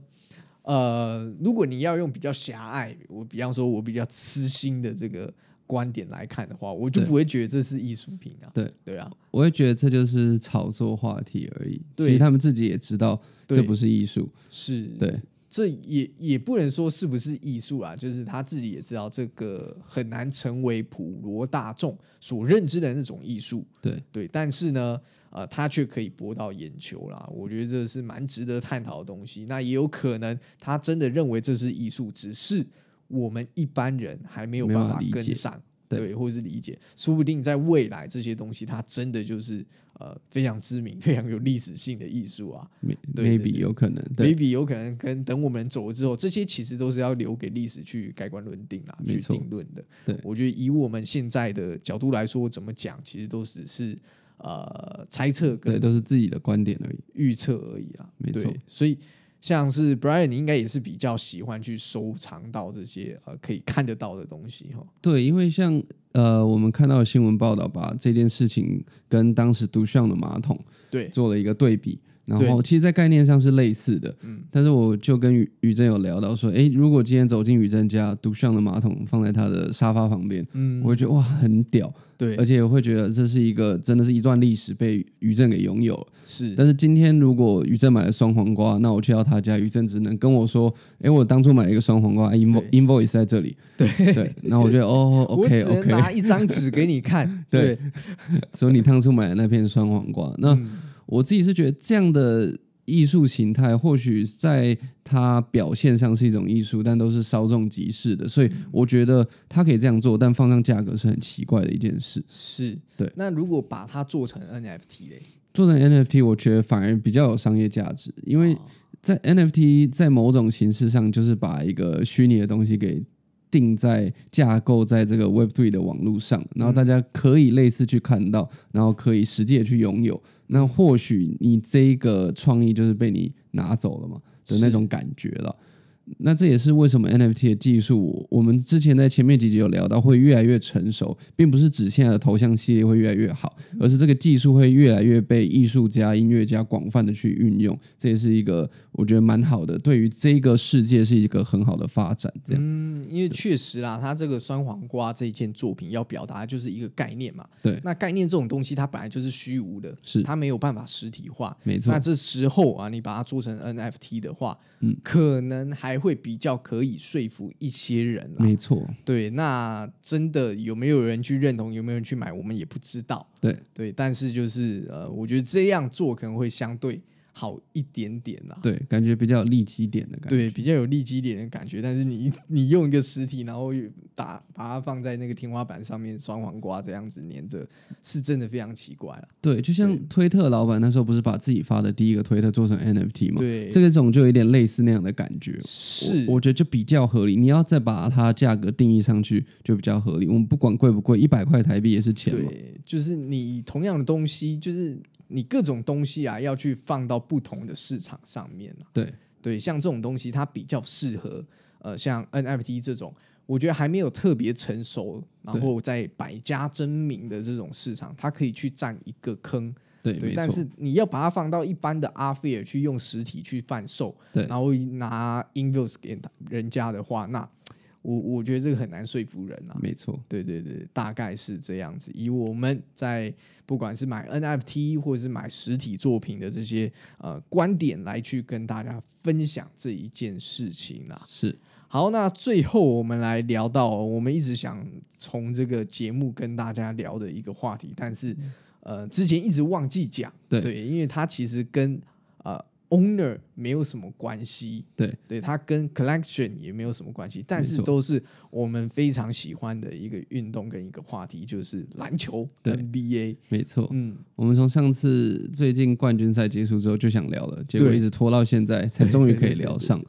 Speaker 1: 呃，如果你要用比较狭隘，我比方说我比较私心的这个观点来看的话，我就
Speaker 2: 对
Speaker 1: 不会觉得这是艺术品啊。
Speaker 2: 对
Speaker 1: 对啊，
Speaker 2: 我会觉得这就是炒作话题而已。
Speaker 1: 对
Speaker 2: 其实他们自己也知道
Speaker 1: 对
Speaker 2: 这不是艺术。
Speaker 1: 是，
Speaker 2: 对
Speaker 1: 这也也不能说是不是艺术啊，就是他自己也知道这个很难成为普罗大众所认知的那种艺术。
Speaker 2: 对
Speaker 1: 对，但是呢，呃，他却可以博到眼球啦，我觉得这是蛮值得探讨的东西。那也有可能他真的认为这是艺术，只是我们一般人还没有
Speaker 2: 没办
Speaker 1: 办
Speaker 2: 法
Speaker 1: 法
Speaker 2: 理
Speaker 1: 跟
Speaker 2: 解
Speaker 1: 上，
Speaker 2: 对
Speaker 1: 或是理解，说不定在未来这些东西，它真的就是呃非常知名、 [LAUGHS] 非常有历史性的艺术啊。
Speaker 2: ，may-
Speaker 1: 对对
Speaker 2: ，maybe 有可能。对
Speaker 1: maybe 有可能跟等我们走了之后，这些其实都是要留给历史去盖棺论定啦，啊
Speaker 2: 没
Speaker 1: 去
Speaker 2: 错
Speaker 1: 定论的。
Speaker 2: 对
Speaker 1: 我觉得以我们现在的角度来说，怎么讲，其实都只是呃猜测
Speaker 2: 对，
Speaker 1: 跟
Speaker 2: 都是自己的观点而已。
Speaker 1: 预测而已啦。
Speaker 2: 没错
Speaker 1: 对，所以像是 Brian，你应该也是比较喜欢去收藏到这些呃可以看得到的东西哈。
Speaker 2: 对，因为像呃，我们看到的新闻报道，把这件事情跟当时独上的马桶
Speaker 1: 对，
Speaker 2: 做了一个对比。然
Speaker 1: 对
Speaker 2: 后，其实，在概念上是类似的，嗯，但是我就跟于于正有聊到说，诶，如果今天走进于正家，独上的马桶放在他的沙发旁边，
Speaker 1: 嗯，
Speaker 2: 我会觉得哇，很屌，而
Speaker 1: 对，
Speaker 2: 且我会觉得这是一个真的是一段历史被于正给拥有了。
Speaker 1: 是，
Speaker 2: 但是今天如果于正买了双黄瓜，那我去到他家，于正只能跟我说，诶，我当初买了一个双黄瓜哎，invo
Speaker 1: 对
Speaker 2: invoice 在这里，
Speaker 1: 对
Speaker 2: 对，然后我觉得
Speaker 1: [LAUGHS]
Speaker 2: 哦
Speaker 1: 我只
Speaker 2: ，OK
Speaker 1: 能
Speaker 2: OK，
Speaker 1: 拿一张纸给你看。
Speaker 2: [LAUGHS] 对所以你当初买的那片酸黄瓜，那
Speaker 1: 嗯
Speaker 2: 我自己是觉得这样的艺术形态，或许在它表现上是一种艺术，但都是稍纵即逝的，所以我觉得它可以这样做，但放上价格是很奇怪的一件事。
Speaker 1: 是，
Speaker 2: 对
Speaker 1: 那如果把它做成 NFT 嘞，
Speaker 2: 做成 NFT，我觉得反而比较有商业价值，因为
Speaker 1: 哦
Speaker 2: 在 NFT 在某种形式上就是把一个虚拟的东西给定在架构在这个 Web Three 的网络上，然后大家可以类似去看到，然后可以实际的去拥有。那或许你这一个创意就是被你拿走了嘛的那种感觉了。那这也是为什么 NFT 的技术，我我们之前在前面几集有聊到，会越来越成熟，并不是指现在的头像系列会越来越好，而是这个技术会越来越被艺术家、音乐家广泛的去运用。这也是一个我觉得蛮好的，对于这个世界是一个很好的发展。这样、
Speaker 1: 嗯，因为确实啦，他这个酸黄瓜这一件作品要表达的就是一个概念嘛。
Speaker 2: 对
Speaker 1: 那概念这种东西，它本来就是虚无的，
Speaker 2: 是
Speaker 1: 它没有办法实体化。
Speaker 2: 没错
Speaker 1: 那，这时候啊，你把它做成 NFT 的话，嗯，可能还会比较可以说服一些人啦。
Speaker 2: 没错，
Speaker 1: 对，那真的有没有人去认同，有没有人去买，我们也不知道。
Speaker 2: 对
Speaker 1: 对，但是就是呃，我觉得这样做可能会相对好一点点啦。
Speaker 2: 对，感觉比较有利基点的感觉。
Speaker 1: 对，比较有立基点的感觉。但是你你用一个实体，然后打把它放在那个天花板上面，酸黄瓜这样子粘着，是真的非常奇怪了。
Speaker 2: 对，就像推特老板那时候不是把自己发的第一个推特做成 NFT 吗？
Speaker 1: 对，
Speaker 2: 这个种就有点类似那样的感觉。
Speaker 1: 是
Speaker 2: 我，我觉得就比较合理。你要再把它价格定义上去，就比较合理。我们不管贵不贵，一百块台币也是钱嘛。
Speaker 1: 对，就是你同样的东西，就是你各种东西啊，要去放到不同的市场上面啊。
Speaker 2: 对
Speaker 1: 对，像这种东西，它比较适合呃，像 NFT 这种，我觉得还没有特别成熟，然
Speaker 2: 对
Speaker 1: 后在百家争鸣的这种市场，它可以去占一个坑。
Speaker 2: 对，
Speaker 1: 对，
Speaker 2: 没
Speaker 1: 但
Speaker 2: 错
Speaker 1: 是，你要把它放到一般的阿菲尔去用实体去贩售，
Speaker 2: 对
Speaker 1: 然后拿 Invoice 给他人家的话，那我我觉得这个很难说服人啊。
Speaker 2: 没错，
Speaker 1: 对对对，大概是这样子。以我们在不管是买 NFT 或者是买实体作品的这些呃观点来去跟大家分享这一件事情啊啦。
Speaker 2: 是
Speaker 1: 好，那最后我们来聊到哦、我们一直想从这个节目跟大家聊的一个话题，但是呃之前一直忘记讲，
Speaker 2: 嗯对
Speaker 1: 因为它其实跟呃 owner 没有什么关系，
Speaker 2: 对
Speaker 1: 对，它跟 collection 也没有什么关系，但
Speaker 2: 没
Speaker 1: 是
Speaker 2: 错
Speaker 1: 都是我们非常喜欢的一个运动跟一个话题，就是篮球
Speaker 2: 对
Speaker 1: NBA，
Speaker 2: 没错。
Speaker 1: 嗯，
Speaker 2: 我们从上次最近冠军赛结束之后就想聊了，结果
Speaker 1: 对
Speaker 2: 一直拖到现在才终于可以聊上。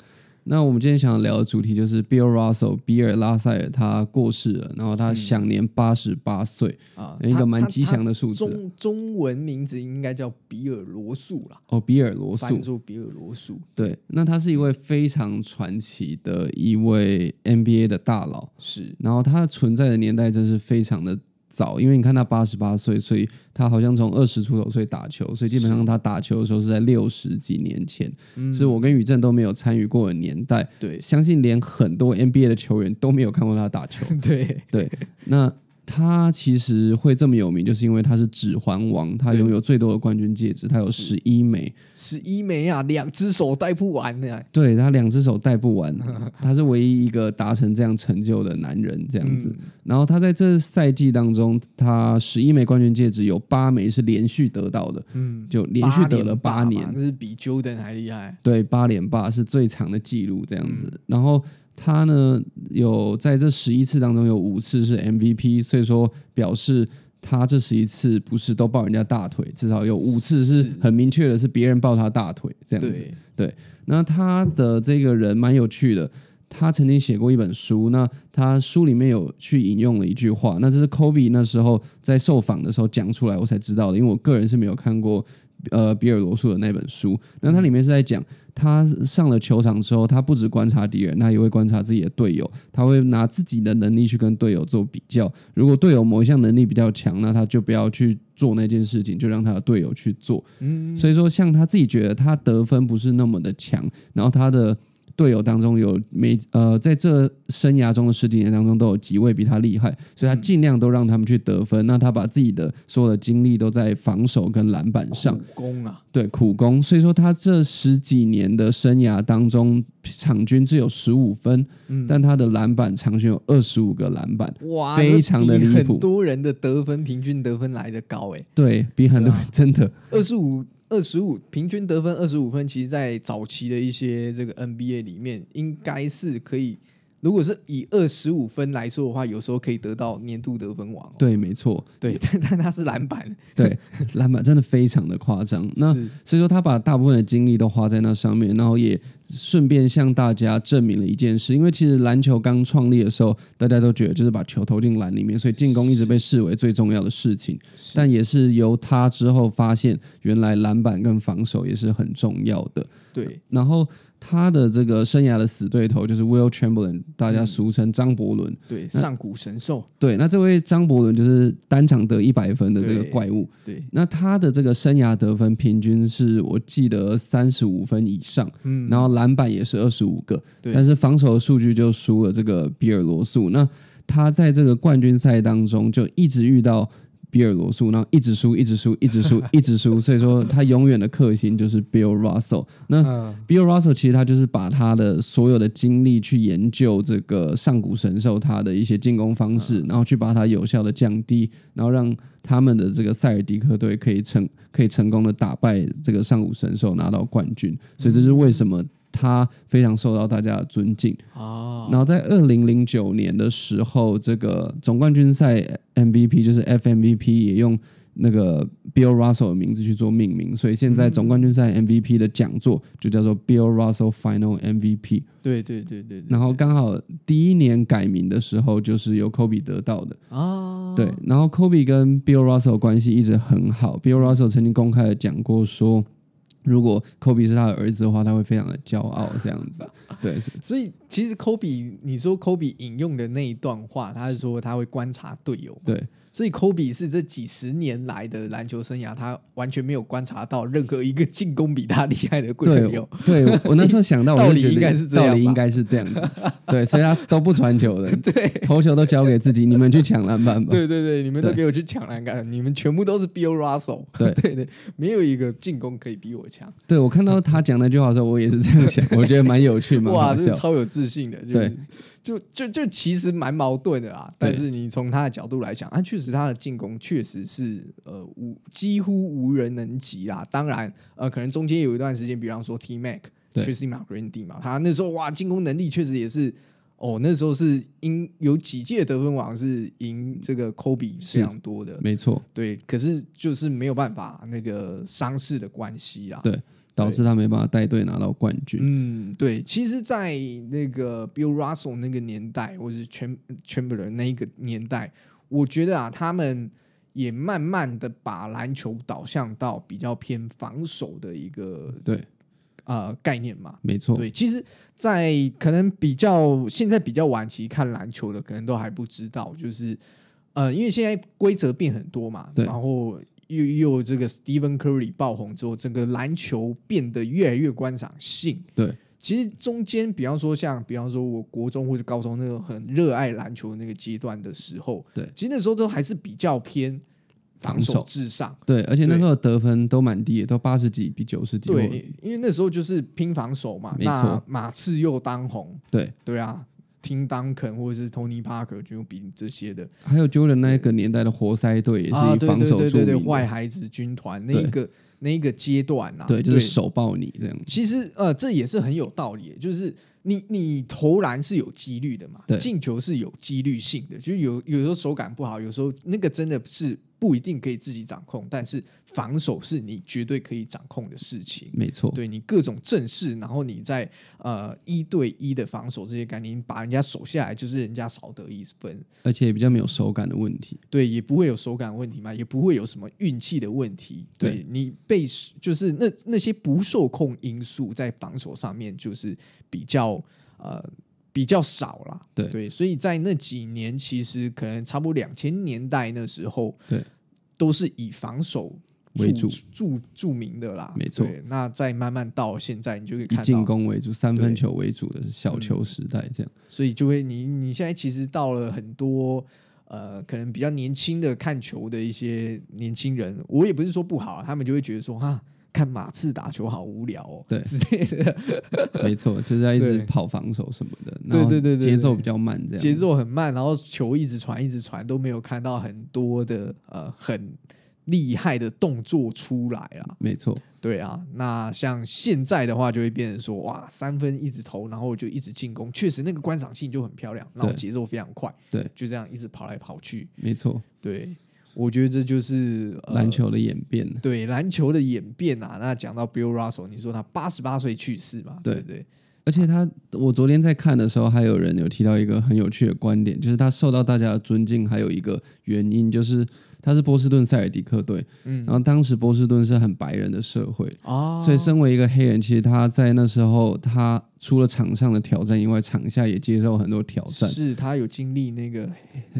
Speaker 2: 那我们今天想聊的主题就是 Bill Russell 比尔拉塞尔他过世了，然后他享年八十八岁，
Speaker 1: 嗯啊、
Speaker 2: 一个
Speaker 1: 它
Speaker 2: 蛮
Speaker 1: 它
Speaker 2: 吉祥的数字啊。
Speaker 1: 中中文名字应该叫比尔罗素啦，
Speaker 2: 哦，比尔罗素
Speaker 1: 翻，作比尔罗素，
Speaker 2: 对，那他是一位非常传奇的一位 NBA 的大佬，
Speaker 1: 是
Speaker 2: 然后他存在的年代真是非常的早，因为你看他八十八岁，所以他好像从二十出头岁打球，所以基本上他打球的时候是在六十几年前，是我跟宇正都没有参与过的年代，
Speaker 1: 对
Speaker 2: 相信连很多 NBA 的球员都没有看过他
Speaker 1: [LAUGHS]
Speaker 2: 打球。
Speaker 1: 对，
Speaker 2: [LAUGHS] 对，那他其实会这么有名，就是因为他是指环王，他拥有最多的冠军戒指，他有
Speaker 1: 是
Speaker 2: 十一枚。
Speaker 1: 十一枚啊，两只手戴不完呢、
Speaker 2: 对他两只手戴不完，他是唯一一个达成这样成就的男人，这样子。然后他在这赛季当中，他十一枚冠军戒指有八枚是连续得到的，
Speaker 1: 嗯，
Speaker 2: 就连续得了八
Speaker 1: 八
Speaker 2: 年，
Speaker 1: 这是比 Jordan 还厉害，
Speaker 2: 对，八连霸是最长的记录这样子。然后他呢，有在这十一次当中有五次是 MVP，所以说表示。他这十一次不是都抱人家大腿，至少有五次是
Speaker 1: 是
Speaker 2: 很明确的，是别人抱他大腿这样子。
Speaker 1: 对，
Speaker 2: 那他的这个人蛮有趣的，他曾经写过一本书，那他书里面有去引用了一句话，那这是 Kobe 那时候在受访的时候讲出来，我才知道的，因为我个人是没有看过呃比尔罗素的那本书，那它里面是在讲。他上了球场之后，他不只观察敌人，他也会观察自己的队友。他会拿自己的能力去跟队友做比较。如果队友某一项能力比较强，那他就不要去做那件事情，就让他的队友去做。
Speaker 1: 嗯，
Speaker 2: 所以说，像他自己觉得他得分不是那么的强，然后他的队友当中有每呃在这生涯中的十几年当中都有几位比他厉害，所以他尽量都让他们去得分。那他把自己的所有的精力都在防守跟篮板上，
Speaker 1: 苦工啊，
Speaker 2: 对苦攻。所以说他这十几年的生涯当中，场均只有十五分，
Speaker 1: 嗯
Speaker 2: 但他的篮板场均有二十五个篮板，
Speaker 1: 哇，
Speaker 2: 非常的
Speaker 1: 这比
Speaker 2: 离谱
Speaker 1: 很多人的得分平均得分来的高哎、
Speaker 2: 对比很多、
Speaker 1: 对啊
Speaker 2: 真的
Speaker 1: 二十五。二十五平均得分二十五分，其实，在早期的一些这个 NBA 里面，应该是可以，如果是以二十五分来说的话，有时候可以得到年度得分王、哦。
Speaker 2: 对，没错， [LAUGHS]
Speaker 1: 对，但但他是篮板， [LAUGHS]
Speaker 2: 对篮板真的非常的夸张。那
Speaker 1: 是
Speaker 2: 所以说他把大部分的精力都花在那上面，然后也顺便向大家证明了一件事，因为其实篮球刚创立的时候，大家都觉得就是把球投进篮里面，所以进攻一直被视为最重要的事情。
Speaker 1: 是
Speaker 2: 但也是由他之后发现，原来篮板跟防守也是很重要的。
Speaker 1: 对，
Speaker 2: 然后他的这个生涯的死对头就是 Will Chamberlain，大家俗称张伯伦。
Speaker 1: 对，上古神兽，
Speaker 2: 对，那这位张伯伦就是单场得一百分的这个
Speaker 1: 对
Speaker 2: 怪物。
Speaker 1: 对，
Speaker 2: 那他的这个生涯得分平均是我记得三十五分以上，
Speaker 1: 嗯
Speaker 2: 然后篮板也是二十五个，
Speaker 1: 对
Speaker 2: 但是防守的数据就输了这个比尔罗素。那他在这个冠军赛当中就一直遇到比尔罗素，然后一直输，一直输，一直输，一直输，所以说他永远的克星就是 Bill Russell。那
Speaker 1: 嗯，
Speaker 2: Bill Russell 其实他就是把他的所有的精力去研究这个上古神兽他的一些进攻方式，然后去把它有效的降低，然后让他们的这个塞尔迪克队可以成可以成功的打败这个上古神兽拿到冠军，所以这是为什么他非常受到大家的尊敬。
Speaker 1: 哦，
Speaker 2: 然后在二零零九年的时候，这个总冠军赛 MVP 就是 FMVP 也用那个 Bill Russell 的名字去做命名，所以现在总冠军赛 MVP 的讲座就叫做 Bill Russell Final MVP。
Speaker 1: 对对对对对，
Speaker 2: 然后刚好第一年改名的时候，就是由 Kobe 得到的。
Speaker 1: 啊，
Speaker 2: 对，然后 Kobe 跟 Bill Russell 关系一直很好。Bill Russell 曾经公开的讲过说，如果 Kobe 是他的儿子的话，他会非常的骄傲这样子。对，是
Speaker 1: 所以其实科比，你说科比引用的那一段话，他是说他会观察队友，
Speaker 2: 对，
Speaker 1: 所以科比是这几十年来的篮球生涯，他完全没有观察到任何一个进攻比他厉害的贵
Speaker 2: 对
Speaker 1: 朋友。
Speaker 2: 对，我我那时候想到，我
Speaker 1: 道
Speaker 2: 就
Speaker 1: 理
Speaker 2: 觉得
Speaker 1: 应该是这样
Speaker 2: 道理
Speaker 1: 吧
Speaker 2: 应该是这样子，对，所以他都不传球的，
Speaker 1: [LAUGHS] 对
Speaker 2: 投球都交给自己，你们去抢篮板
Speaker 1: [LAUGHS]
Speaker 2: 吧。
Speaker 1: 对对对，你们都
Speaker 2: 对
Speaker 1: 给我去抢篮杆，你们全部都是 Bill Russell。
Speaker 2: 对
Speaker 1: [LAUGHS] 对对，没有一个进攻可以比我强。
Speaker 2: 对我看到他讲那句话的时候，我也是这样想，我觉得蛮
Speaker 1: [LAUGHS]
Speaker 2: 有趣，蛮
Speaker 1: 哇，
Speaker 2: 好
Speaker 1: 这是
Speaker 2: 笑。
Speaker 1: 超有自信的，就是
Speaker 2: 对
Speaker 1: 就就就其实蛮矛盾的啊。
Speaker 2: 对
Speaker 1: 但是你从他的角度来讲，啊，确实他的进攻确实是呃无几乎无人能及啦。当然，呃，可能中间有一段时间，比方说 T Mac，
Speaker 2: 对
Speaker 1: 确实 m a g r e n d y 嘛，他那时候哇进攻能力确实也是。哦，那时候是赢有几届得分王是赢这个 Kobe 非常多的，
Speaker 2: 没错，
Speaker 1: 对，可是就是没有办法那个伤势的关系啊啦。
Speaker 2: 对导致他没办法带队拿到冠军。
Speaker 1: 嗯，对，其实，在那个 Bill Russell 那个年代，或者是 Cham Chamberlain 那一个年代，我觉得啊，他们也慢慢的把篮球导向到比较偏防守的一个
Speaker 2: 对
Speaker 1: 呃概念嘛。
Speaker 2: 没错，
Speaker 1: 对，其实，在可能比较现在比较晚期看篮球的，可能都还不知道，就是呃，因为现在规则变很多嘛，
Speaker 2: 对
Speaker 1: 然后又又有这个 Stephen Curry 爆红之后，整个篮球变得越来越观赏性。
Speaker 2: 对，
Speaker 1: 其实中间，比方说像，比方说我国中或者高中那种很热爱篮球的那个阶段的时候，
Speaker 2: 对
Speaker 1: 其实那时候都还是比较偏防
Speaker 2: 防
Speaker 1: 守
Speaker 2: 守
Speaker 1: 至上。
Speaker 2: 对，而且那
Speaker 1: 对
Speaker 2: 时候的得分都蛮低的，都八十几比九十几。或
Speaker 1: 对，因为那时候就是拼防守嘛，
Speaker 2: 没
Speaker 1: 那
Speaker 2: 错
Speaker 1: 马刺又当红，
Speaker 2: 对，
Speaker 1: 对啊，Tim Duncan 或者是 Tony Parker 就比这些的，
Speaker 2: 还有 Jordan 那个年代的活塞队也是
Speaker 1: 啊，
Speaker 2: 以
Speaker 1: 对
Speaker 2: 防
Speaker 1: 对
Speaker 2: 守
Speaker 1: 对
Speaker 2: 著
Speaker 1: 对对，
Speaker 2: 名
Speaker 1: 坏
Speaker 2: 的，
Speaker 1: 孩子军团那
Speaker 2: 对
Speaker 1: 一个那一个阶段啊，
Speaker 2: 对，就是手抱你这样。
Speaker 1: 其实呃，这也是很有道理的，就是你你投篮是有几率的嘛
Speaker 2: 对，
Speaker 1: 进球是有几率性的，就是有有时候手感不好，有时候那个真的是不一定可以自己掌控，但是防守是你绝对可以掌控的事情。
Speaker 2: 没错，
Speaker 1: 对你各种正式，然后你在呃一对一的防守这些概念，你把人家守下来，就是人家少得一分，
Speaker 2: 而且比较没有手感的问题。
Speaker 1: 对，也不会有手感问题嘛，也不会有什么运气的问题，对
Speaker 2: 对
Speaker 1: 你被就是那那些不受控因素在防守上面就是比较呃。比较少啦，
Speaker 2: 对
Speaker 1: 对，所以在那几年，其实可能差不多两千年代那时候，
Speaker 2: 对，
Speaker 1: 都是以防守
Speaker 2: 为
Speaker 1: 著
Speaker 2: 主
Speaker 1: 著著名的啦，
Speaker 2: 没错
Speaker 1: 对。那再慢慢到现在，你就可以
Speaker 2: 以
Speaker 1: 看到
Speaker 2: 进攻为主、三
Speaker 1: 对
Speaker 2: 分
Speaker 1: 嗯
Speaker 2: 球为主的小球时代，这样、
Speaker 1: 所以就会你你现在其实到了很多呃，可能比较年轻的看球的一些年轻人，我也不是说不好啊，他们就会觉得说哈，看马刺打球好无聊哦，
Speaker 2: 对
Speaker 1: 之类的，
Speaker 2: 没错，就是要一直
Speaker 1: 对
Speaker 2: 跑防守什么的，
Speaker 1: 对
Speaker 2: 然后
Speaker 1: 对对对
Speaker 2: 节奏
Speaker 1: 对
Speaker 2: 比较慢，这样
Speaker 1: 节奏很慢，然后球一直传一直传，都没有看到很多的呃很厉害的动作出来啊。
Speaker 2: 没错，
Speaker 1: 对啊，那像现在的话，就会变成说哇，三分一直投，然后就一直进攻，确实那个观赏性就很漂亮，然后
Speaker 2: 对
Speaker 1: 节奏非常快，
Speaker 2: 对，
Speaker 1: 就这样一直跑来跑去，
Speaker 2: 没错，
Speaker 1: 对，我觉得这就是、呃、
Speaker 2: 篮球的演变，
Speaker 1: 对篮球的演变啊。那讲到 Bill Russell，你说他八十八岁去世嘛？
Speaker 2: 对
Speaker 1: 对不对
Speaker 2: 而且他，我昨天在看的时候，还有人有提到一个很有趣的观点，就是他受到大家的尊敬，还有一个原因就是他是波士顿塞尔迪克队，
Speaker 1: 嗯
Speaker 2: 然后当时波士顿是很白人的社会，
Speaker 1: 啊
Speaker 2: 所以身为一个黑人，其实他在那时候，他除了场上的挑战以外，场下也接受很多挑战，
Speaker 1: 啊是他有经历那个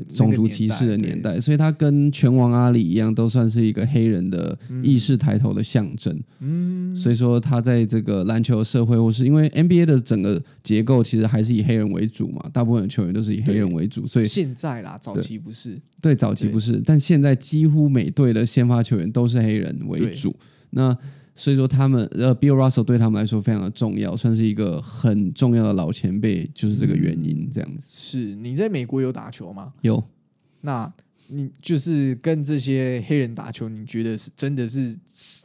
Speaker 2: 种族歧视的年，代，所以他跟拳王阿里一样，都算是一个黑人的
Speaker 1: 嗯
Speaker 2: 意识抬头的象征。嗯，所以说他在这个篮球社会，或是因为 NBA 的整个结构其实还是以黑人为主嘛，大部分的球员都是以黑人为主，所
Speaker 1: 对
Speaker 2: 以
Speaker 1: 现在啦，早期不是
Speaker 2: 对早期
Speaker 1: 对
Speaker 2: 不是，但现在几乎每队的先发球员都是黑人为主。那所以说他们呃，Bill Russell 对他们来说非常的重要，算是一个很重要的老前辈，就是这个原
Speaker 1: 嗯
Speaker 2: 因这样子。
Speaker 1: 是你在美国有打球吗？
Speaker 2: 有
Speaker 1: 那你就是跟这些黑人打球，你觉得是真的是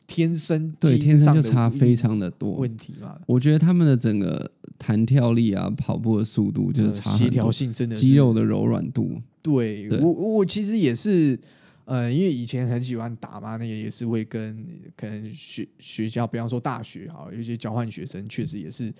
Speaker 1: 天生
Speaker 2: 对
Speaker 1: 基因
Speaker 2: 天生
Speaker 1: 上
Speaker 2: 就
Speaker 1: 的
Speaker 2: 差
Speaker 1: 无
Speaker 2: 非常的多，
Speaker 1: 问题嘛？
Speaker 2: 我觉得他们的整个弹跳力啊、跑步的速度就是
Speaker 1: 呃
Speaker 2: 差
Speaker 1: 协
Speaker 2: 很
Speaker 1: 调
Speaker 2: 多，
Speaker 1: 性真的是
Speaker 2: 肌肉的柔软度，
Speaker 1: 对
Speaker 2: 对
Speaker 1: 我，我其实也是，呃，因为以前很喜欢打嘛，那个也是会跟可能学学校，比方说大学哈，有一些交换学生确实也是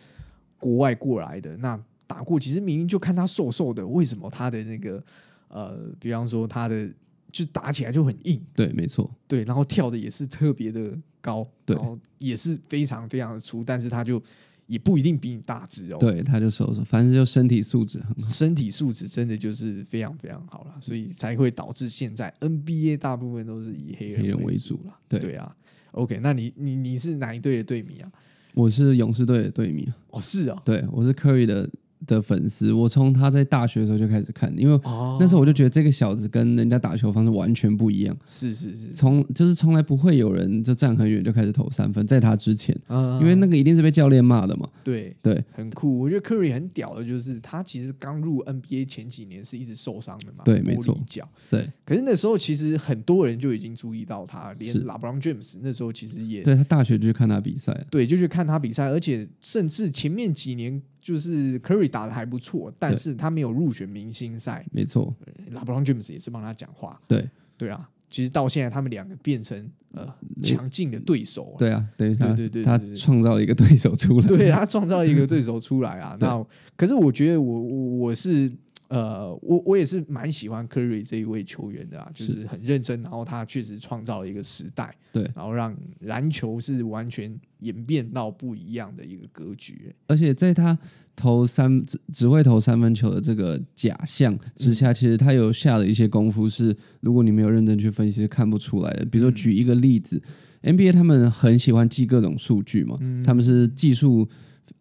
Speaker 1: 国外过来的，那打过，其实明明就看他瘦瘦的，为什么他的那个呃，比方说他的就打起来就很硬，
Speaker 2: 对，没错，
Speaker 1: 对，然后跳的也是特别的高，
Speaker 2: 对
Speaker 1: 然后也是非常非常的粗，但是他就也不一定比你大只哦。
Speaker 2: 对，他就收手，反正就身体素质很好。
Speaker 1: 身体素质真的就是非常非常好
Speaker 2: 嗯
Speaker 1: 了，所以才会导致现在 NBA 大部分都是以黑
Speaker 2: 黑人
Speaker 1: 人
Speaker 2: 为
Speaker 1: 主
Speaker 2: 主
Speaker 1: 了。
Speaker 2: 对
Speaker 1: 啊，OK，那你你你是哪一队的队迷啊？
Speaker 2: 我是勇士队的队迷，
Speaker 1: 哦，是啊，
Speaker 2: 对我是 Curry 的的粉丝，我从他在大学的时候就开始看，因为
Speaker 1: 哦，
Speaker 2: 那时候我就觉得这个小子跟人家打球方式完全不一样，
Speaker 1: 是是是，
Speaker 2: 从就是从来不会有人就站很远就开始投三分，在他之前，
Speaker 1: 嗯
Speaker 2: 因为那个一定是被教练骂的嘛，
Speaker 1: 对
Speaker 2: 对
Speaker 1: 很酷，我觉得 Curry 很屌的，就是他其实刚入 NBA 前几年是一直受伤的嘛，
Speaker 2: 对
Speaker 1: 玻
Speaker 2: 没错
Speaker 1: 璃脚。
Speaker 2: 对，
Speaker 1: 可是那时候其实很多人就已经注意到他，连
Speaker 2: 是
Speaker 1: LeBron James 那时候其实也
Speaker 2: 对他大学就去看他比赛了，
Speaker 1: 对，就去看他比赛，而且甚至前面几年就是 Curry 打的还不错，但是他没有入选明星赛
Speaker 2: 没错，
Speaker 1: ，LeBron James 也是帮他讲话。
Speaker 2: 对
Speaker 1: 对啊，其实到现在他们两个变成呃强劲的对手、啊。
Speaker 2: 对啊，等于他
Speaker 1: 对对对
Speaker 2: 他
Speaker 1: 对对
Speaker 2: 创造了一个对手出
Speaker 1: [LAUGHS]
Speaker 2: 来，
Speaker 1: 对他啊创造一个 [LAUGHS] 对手出来啊。那可是我觉得我我我是呃，我我也是蛮喜欢 Curry 这一位球员的啊，就是很认真，然后他确实创造了一个时代，
Speaker 2: 对
Speaker 1: 然后让篮球是完全演变到不一样的一个格局、
Speaker 2: 而且在他投三只只会投三分球的这个假象之下，其实他有下了一些功夫是，如果你没有认真去分析是看不出来的。比如说举一个例子、n b a 他们很喜欢记各种数据嘛，他们是技术。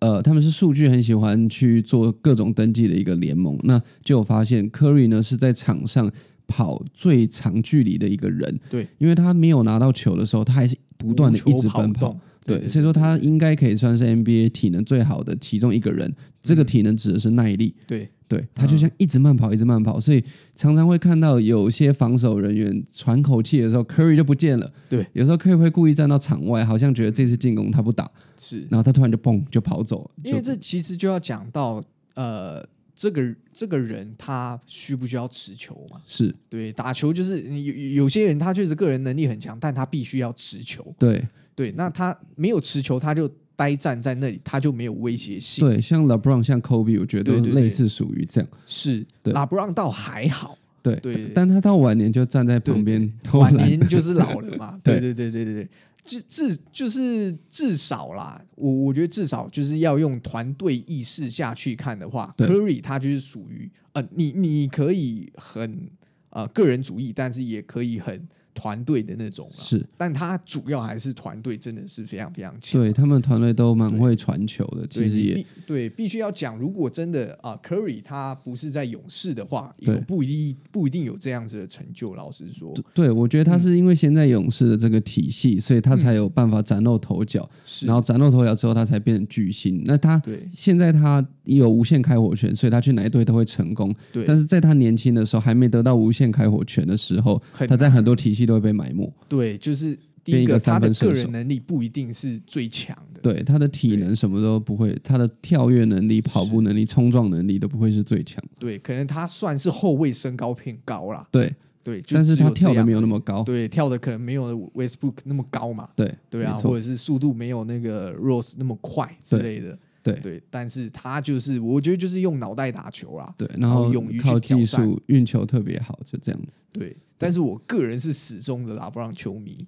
Speaker 2: 呃，他们是数据很喜欢去做各种登记的一个联盟，那就有发现 Curry 呢是在场上跑最长距离的一个人，
Speaker 1: 对，
Speaker 2: 因为他没有拿到球的时候，他还是不断的
Speaker 1: 无球
Speaker 2: 一直奔跑，
Speaker 1: 动，
Speaker 2: 对，所以说他应该可以算是 NBA 体能最好的其中一个人。这
Speaker 1: 嗯
Speaker 2: 个体能指的是耐力，
Speaker 1: 对
Speaker 2: 对他
Speaker 1: 嗯
Speaker 2: 就像一直慢跑，一直慢跑，所以常常会看到有些防守人员喘口气的时候，Curry 就不见了。
Speaker 1: 对，
Speaker 2: 有时候 Curry 会故意站到场外，好像觉得这次进攻他不打，
Speaker 1: 是，
Speaker 2: 然后他突然就蹦就跑走了。
Speaker 1: 因为这其实就要讲到呃。这个这个人他需不需要持球嘛？
Speaker 2: 是
Speaker 1: 对，打球就是有有有些人他确实个人能力很强，但他必须要持球。
Speaker 2: 对
Speaker 1: 对，那他没有持球，他就呆站在那里，他就没有威胁性。
Speaker 2: 对，像 LeBron、像 Kobe，我觉得
Speaker 1: 对
Speaker 2: 都
Speaker 1: 对对
Speaker 2: 类似属于这样。
Speaker 1: 是
Speaker 2: 对
Speaker 1: 拉布朗倒还好，
Speaker 2: 对，
Speaker 1: 对对对
Speaker 2: 但但他到晚年就站在旁边偷
Speaker 1: 晚
Speaker 2: 懒。
Speaker 1: 年就是老了
Speaker 2: [LAUGHS]
Speaker 1: 嘛。对
Speaker 2: 对
Speaker 1: 对对对对对，至至就是至少啦，我我觉得至少就是要用团队意识下去看的话
Speaker 2: 对
Speaker 1: ，Curry 他就是属于呃，你你可以很呃个人主义，但是也可以很团队的那种啦。
Speaker 2: 是，
Speaker 1: 但他主要还是团队，真的是非常非常强。
Speaker 2: 对他们团队都蛮会传球的，
Speaker 1: 对
Speaker 2: 其实
Speaker 1: 你
Speaker 2: 也
Speaker 1: 必对，必须要讲，如果真的啊、c u r r y 他不是在勇士的话，也
Speaker 2: 对
Speaker 1: 有不一定不一定有这样子的成就。老实说，
Speaker 2: 对，我觉得
Speaker 1: 嗯
Speaker 2: 他是因为现在勇士的这个体系，所以他才有办法崭露头角，
Speaker 1: 是
Speaker 2: 然，后崭露头角之后，他才变成巨星。那他
Speaker 1: 对
Speaker 2: 现在他有无限开火权，所以他去哪一队都会成功。
Speaker 1: 对
Speaker 2: 但是在他年轻的时候，还没得到无限开火权的时候，
Speaker 1: 很
Speaker 2: 他在很多体系都会被埋没。
Speaker 1: 对，就是第
Speaker 2: 变
Speaker 1: 一
Speaker 2: 一
Speaker 1: 个，
Speaker 2: 个
Speaker 1: 他
Speaker 2: 三
Speaker 1: 的
Speaker 2: 分
Speaker 1: 个
Speaker 2: 射
Speaker 1: 人
Speaker 2: 手
Speaker 1: 能力不一定是最强的。
Speaker 2: 对他的体能什么都不会，他的跳跃能力、跑步能力、冲撞能力都不会是最强。
Speaker 1: 对，可能他算是后卫身高偏高啦。
Speaker 2: 对，
Speaker 1: 对，就
Speaker 2: 但是
Speaker 1: 只
Speaker 2: 他
Speaker 1: 有这
Speaker 2: 跳的
Speaker 1: 样
Speaker 2: 没有
Speaker 1: 而
Speaker 2: 那
Speaker 1: 已
Speaker 2: 么高。
Speaker 1: 对，跳的可能没有 Westbrook 那么高嘛。
Speaker 2: 对
Speaker 1: 对啊，
Speaker 2: 没错
Speaker 1: 或者是速度没有那个 Rose 那么快之类的。
Speaker 2: 对
Speaker 1: 对，但是他就是，我觉得就是用脑袋打球啦。
Speaker 2: 对，
Speaker 1: 然
Speaker 2: 然
Speaker 1: 后
Speaker 2: 后
Speaker 1: 勇于去
Speaker 2: 靠
Speaker 1: 挑
Speaker 2: 技
Speaker 1: 战
Speaker 2: 术运球特别好，就这样子。
Speaker 1: 对，但是我个人是始终的拉布朗球迷。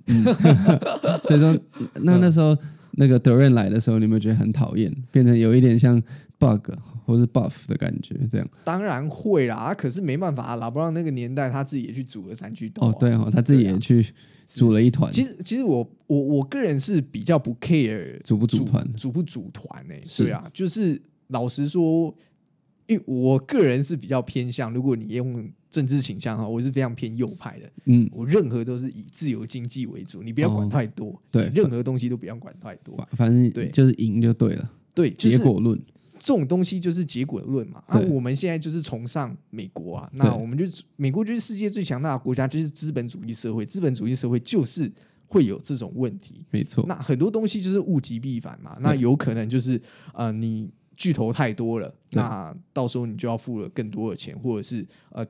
Speaker 2: 所以说，
Speaker 1: 嗯
Speaker 2: 那那时候那个德瑞来的时候，你有没有觉得很讨厌，变成有一点像 bug 或是 buff 的感觉？这样
Speaker 1: 当然会啦，啊可是没办法、啊，拉布朗那个年代他自己也去组了三巨头、啊
Speaker 2: 哦，对啊哦，他自己也去组了一团，
Speaker 1: 其实其实我我我个人是比较不 care
Speaker 2: 组不组团？
Speaker 1: 组不组团呢、
Speaker 2: 是
Speaker 1: 对啊，就是老实说，因为我个人是比较偏向，如果你用政治倾向哈，我是非常偏右派的，
Speaker 2: 嗯，
Speaker 1: 我任何都是以自由经济为主，你不要管
Speaker 2: 哦
Speaker 1: 太多，
Speaker 2: 对
Speaker 1: 你任何东西都不要管太多，
Speaker 2: 反反
Speaker 1: 对
Speaker 2: 正就是赢就对了，
Speaker 1: 对，就是
Speaker 2: 结果论
Speaker 1: 这种东西就是结果论嘛。啊
Speaker 2: 对，
Speaker 1: 我们现在就是崇尚美国啊，那
Speaker 2: 对
Speaker 1: 我们就是美国就是世界最强大的国家，就是资本主义社会，资本主义社会就是会有这种问题。
Speaker 2: 没错，
Speaker 1: 那很多东西就是物极必反嘛，那有可能就是呃你巨头太多了，
Speaker 2: 对
Speaker 1: 那到时候你就要付了更多的钱，或者是呃。